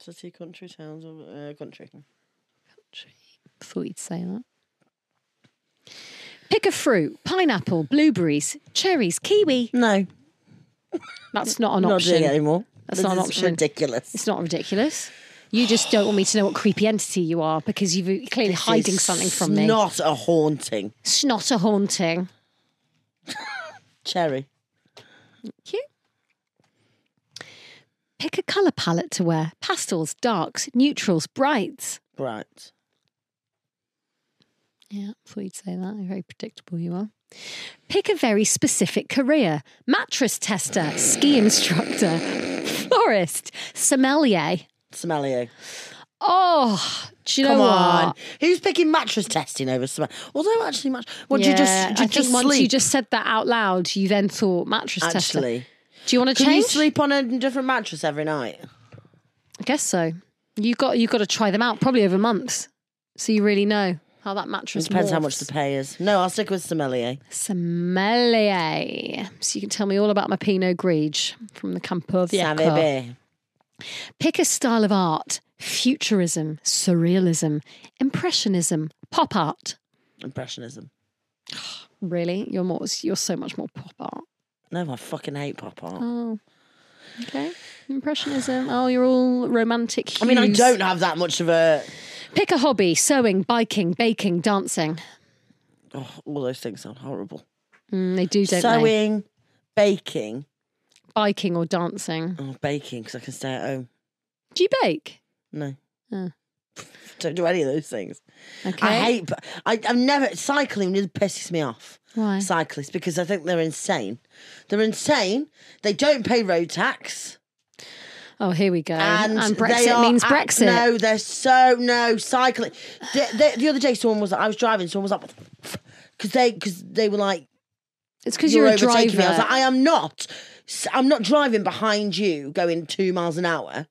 Speaker 2: City, country, towns, or uh, country.
Speaker 1: Thought you'd say that. Pick a fruit: pineapple, blueberries, cherries, kiwi.
Speaker 2: No,
Speaker 1: That's not an
Speaker 2: not doing
Speaker 1: option.
Speaker 2: it anymore.
Speaker 1: That's
Speaker 2: this
Speaker 1: not an
Speaker 2: is
Speaker 1: option.
Speaker 2: Ridiculous.
Speaker 1: It's not ridiculous. You just don't want me to know what creepy entity you are because you're clearly hiding something from me.
Speaker 2: Not a haunting.
Speaker 1: It's not a haunting.
Speaker 2: Cherry.
Speaker 1: Cute. Pick a colour palette to wear: pastels, darks, neutrals, brights.
Speaker 2: Right.
Speaker 1: Yeah, thought you'd say that. Very predictable you are. Pick a very specific career mattress tester, ski instructor, florist, sommelier.
Speaker 2: Somalia.
Speaker 1: Oh, do you
Speaker 2: Come
Speaker 1: know what?
Speaker 2: on. Who's picking mattress testing over Somalia? Although, actually, mattress. What, do you
Speaker 1: Yeah,
Speaker 2: just, do
Speaker 1: I
Speaker 2: you
Speaker 1: think
Speaker 2: just
Speaker 1: once
Speaker 2: sleep?
Speaker 1: you just said that out loud, you then thought mattress tester.
Speaker 2: actually.
Speaker 1: Do you want to
Speaker 2: Can you
Speaker 1: change?
Speaker 2: sleep on a different mattress every night?
Speaker 1: I guess so. You got you got to try them out probably over months, so you really know how that mattress
Speaker 2: Depends how
Speaker 1: morphs.
Speaker 2: much the pay is. No, I'll stick with sommelier.
Speaker 1: sommelier. So you can tell me all about my Pinot Grigio from the Campo Viejo.
Speaker 2: Savvy bee.
Speaker 1: Pick a style of art futurism, surrealism, impressionism, pop art.
Speaker 2: Impressionism.
Speaker 1: Really? You're more you're so much more pop art.
Speaker 2: No, I fucking hate pop art.
Speaker 1: Oh. Okay. Impressionism. Oh, you're all romantic.
Speaker 2: I mean, I
Speaker 1: hues.
Speaker 2: don't have that much of a.
Speaker 1: Pick a hobby sewing, biking, baking, dancing.
Speaker 2: Oh, all those things sound horrible.
Speaker 1: Mm, they do, don't they?
Speaker 2: Sewing, baking,
Speaker 1: biking or dancing?
Speaker 2: Oh, baking because I can stay at home.
Speaker 1: Do you bake?
Speaker 2: No.
Speaker 1: Oh.
Speaker 2: <laughs> Don't do any of those things.
Speaker 1: Okay.
Speaker 2: I hate. b- I, I've never cycling. Really pisses me off.
Speaker 1: Why?
Speaker 2: Cyclists because I think they're insane. They're insane. They don't pay road tax,
Speaker 1: Oh, here we go.
Speaker 2: and,
Speaker 1: And,
Speaker 2: they
Speaker 1: Brexit
Speaker 2: are
Speaker 1: means
Speaker 2: a-
Speaker 1: Brexit.
Speaker 2: no, they're so no cycling. The, the, the other day, someone was. I was driving. Someone was like, because they because they were like,
Speaker 1: it's because
Speaker 2: you're,
Speaker 1: you're, a
Speaker 2: overtaking
Speaker 1: driver.
Speaker 2: me. I was like, I am not. I'm not driving behind you, going two miles an hour.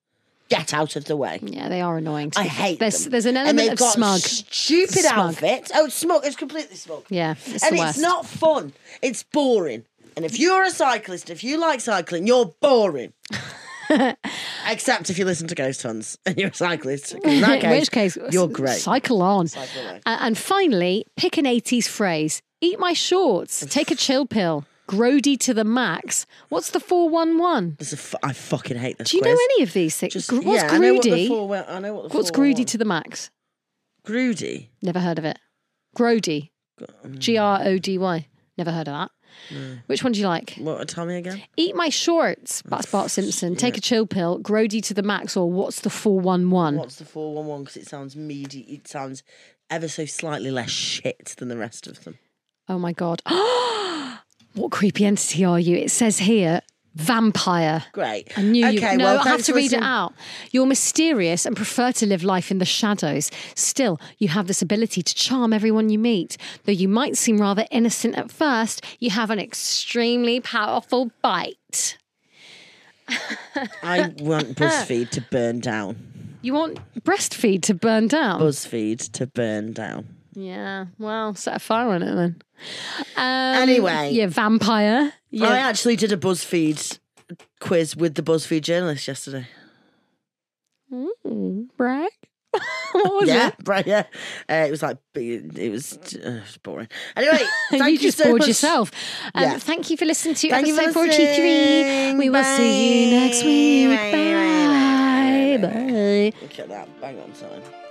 Speaker 2: Get out of the way.
Speaker 1: yeah, they are annoying. to
Speaker 2: I
Speaker 1: be-
Speaker 2: hate
Speaker 1: There's,
Speaker 2: them.
Speaker 1: there's an
Speaker 2: and
Speaker 1: element
Speaker 2: they've
Speaker 1: of
Speaker 2: got
Speaker 1: smug.
Speaker 2: Stupid
Speaker 1: Smug.
Speaker 2: outfits. Oh, it's smug. It's completely smug.
Speaker 1: Yeah, it's
Speaker 2: and
Speaker 1: the worst.
Speaker 2: it's not fun. It's boring. And if you're a cyclist, if you like cycling, you're
Speaker 1: <laughs>
Speaker 2: boring. Except if you listen to Ghost Huns and you're a cyclist. 'cause In
Speaker 1: <laughs>
Speaker 2: that
Speaker 1: In
Speaker 2: case,
Speaker 1: which case,
Speaker 2: <laughs> you're
Speaker 1: c-
Speaker 2: great.
Speaker 1: Cycle on.
Speaker 2: Cycle away.
Speaker 1: A- and finally, pick an 80s phrase. Eat my
Speaker 2: <laughs>
Speaker 1: shorts. Take a chill pill. Grody to the max. What's the 411?
Speaker 2: This is a fu- I fucking hate this
Speaker 1: Do you
Speaker 2: quiz.
Speaker 1: know any of these things?
Speaker 2: Just-
Speaker 1: Gr- What's
Speaker 2: yeah, I know what the
Speaker 1: Grody?
Speaker 2: four- well, I know what the
Speaker 1: What's
Speaker 2: four
Speaker 1: Groody
Speaker 2: one-
Speaker 1: to the max?
Speaker 2: Groody?
Speaker 1: Never heard of it. Grody. G R O D Y. Never heard of that. Which one do you like?
Speaker 2: What, tell me again.
Speaker 1: Eat my shorts. That's Bart Simpson. Take a chill pill. Grody to the max. Or what's the 411?
Speaker 2: What's the 411? Because it sounds meaty. It sounds ever so slightly less shit than the rest of them.
Speaker 1: Oh my God. <gasps> what creepy entity are you? It says here vampire.
Speaker 2: Great.
Speaker 1: I knew
Speaker 2: okay,
Speaker 1: you. No,
Speaker 2: well,
Speaker 1: I have
Speaker 2: thanks
Speaker 1: to
Speaker 2: for
Speaker 1: read it
Speaker 2: listening.
Speaker 1: out. You're mysterious and prefer to live life in the shadows. Still, you have this ability to charm everyone you meet. Though you might seem rather innocent at first, you have an extremely powerful bite.
Speaker 2: I
Speaker 1: <laughs>
Speaker 2: want BuzzFeed to burn down.
Speaker 1: You want breastfeed to burn down?
Speaker 2: BuzzFeed to burn down.
Speaker 1: yeah. Well, set a fire on it then. Um,
Speaker 2: Anyway.
Speaker 1: yeah, vampire. Yeah.
Speaker 2: I actually did a BuzzFeed quiz with the BuzzFeed journalist yesterday. Oh,
Speaker 1: Mm, brag. what was
Speaker 2: yeah,
Speaker 1: it?
Speaker 2: right. Yeah, uh, it was like it was, uh, it was boring. Anyway, thank
Speaker 1: <laughs> you,
Speaker 2: you,
Speaker 1: just
Speaker 2: so
Speaker 1: bored
Speaker 2: much.
Speaker 1: yourself. Um,
Speaker 2: Yeah.
Speaker 1: Thank you for listening to
Speaker 2: Thank you for
Speaker 1: episode 43.
Speaker 2: listening.
Speaker 1: We will see you next week.
Speaker 2: Bye.
Speaker 1: Bye. Bye.
Speaker 2: Look at that. Bang on time.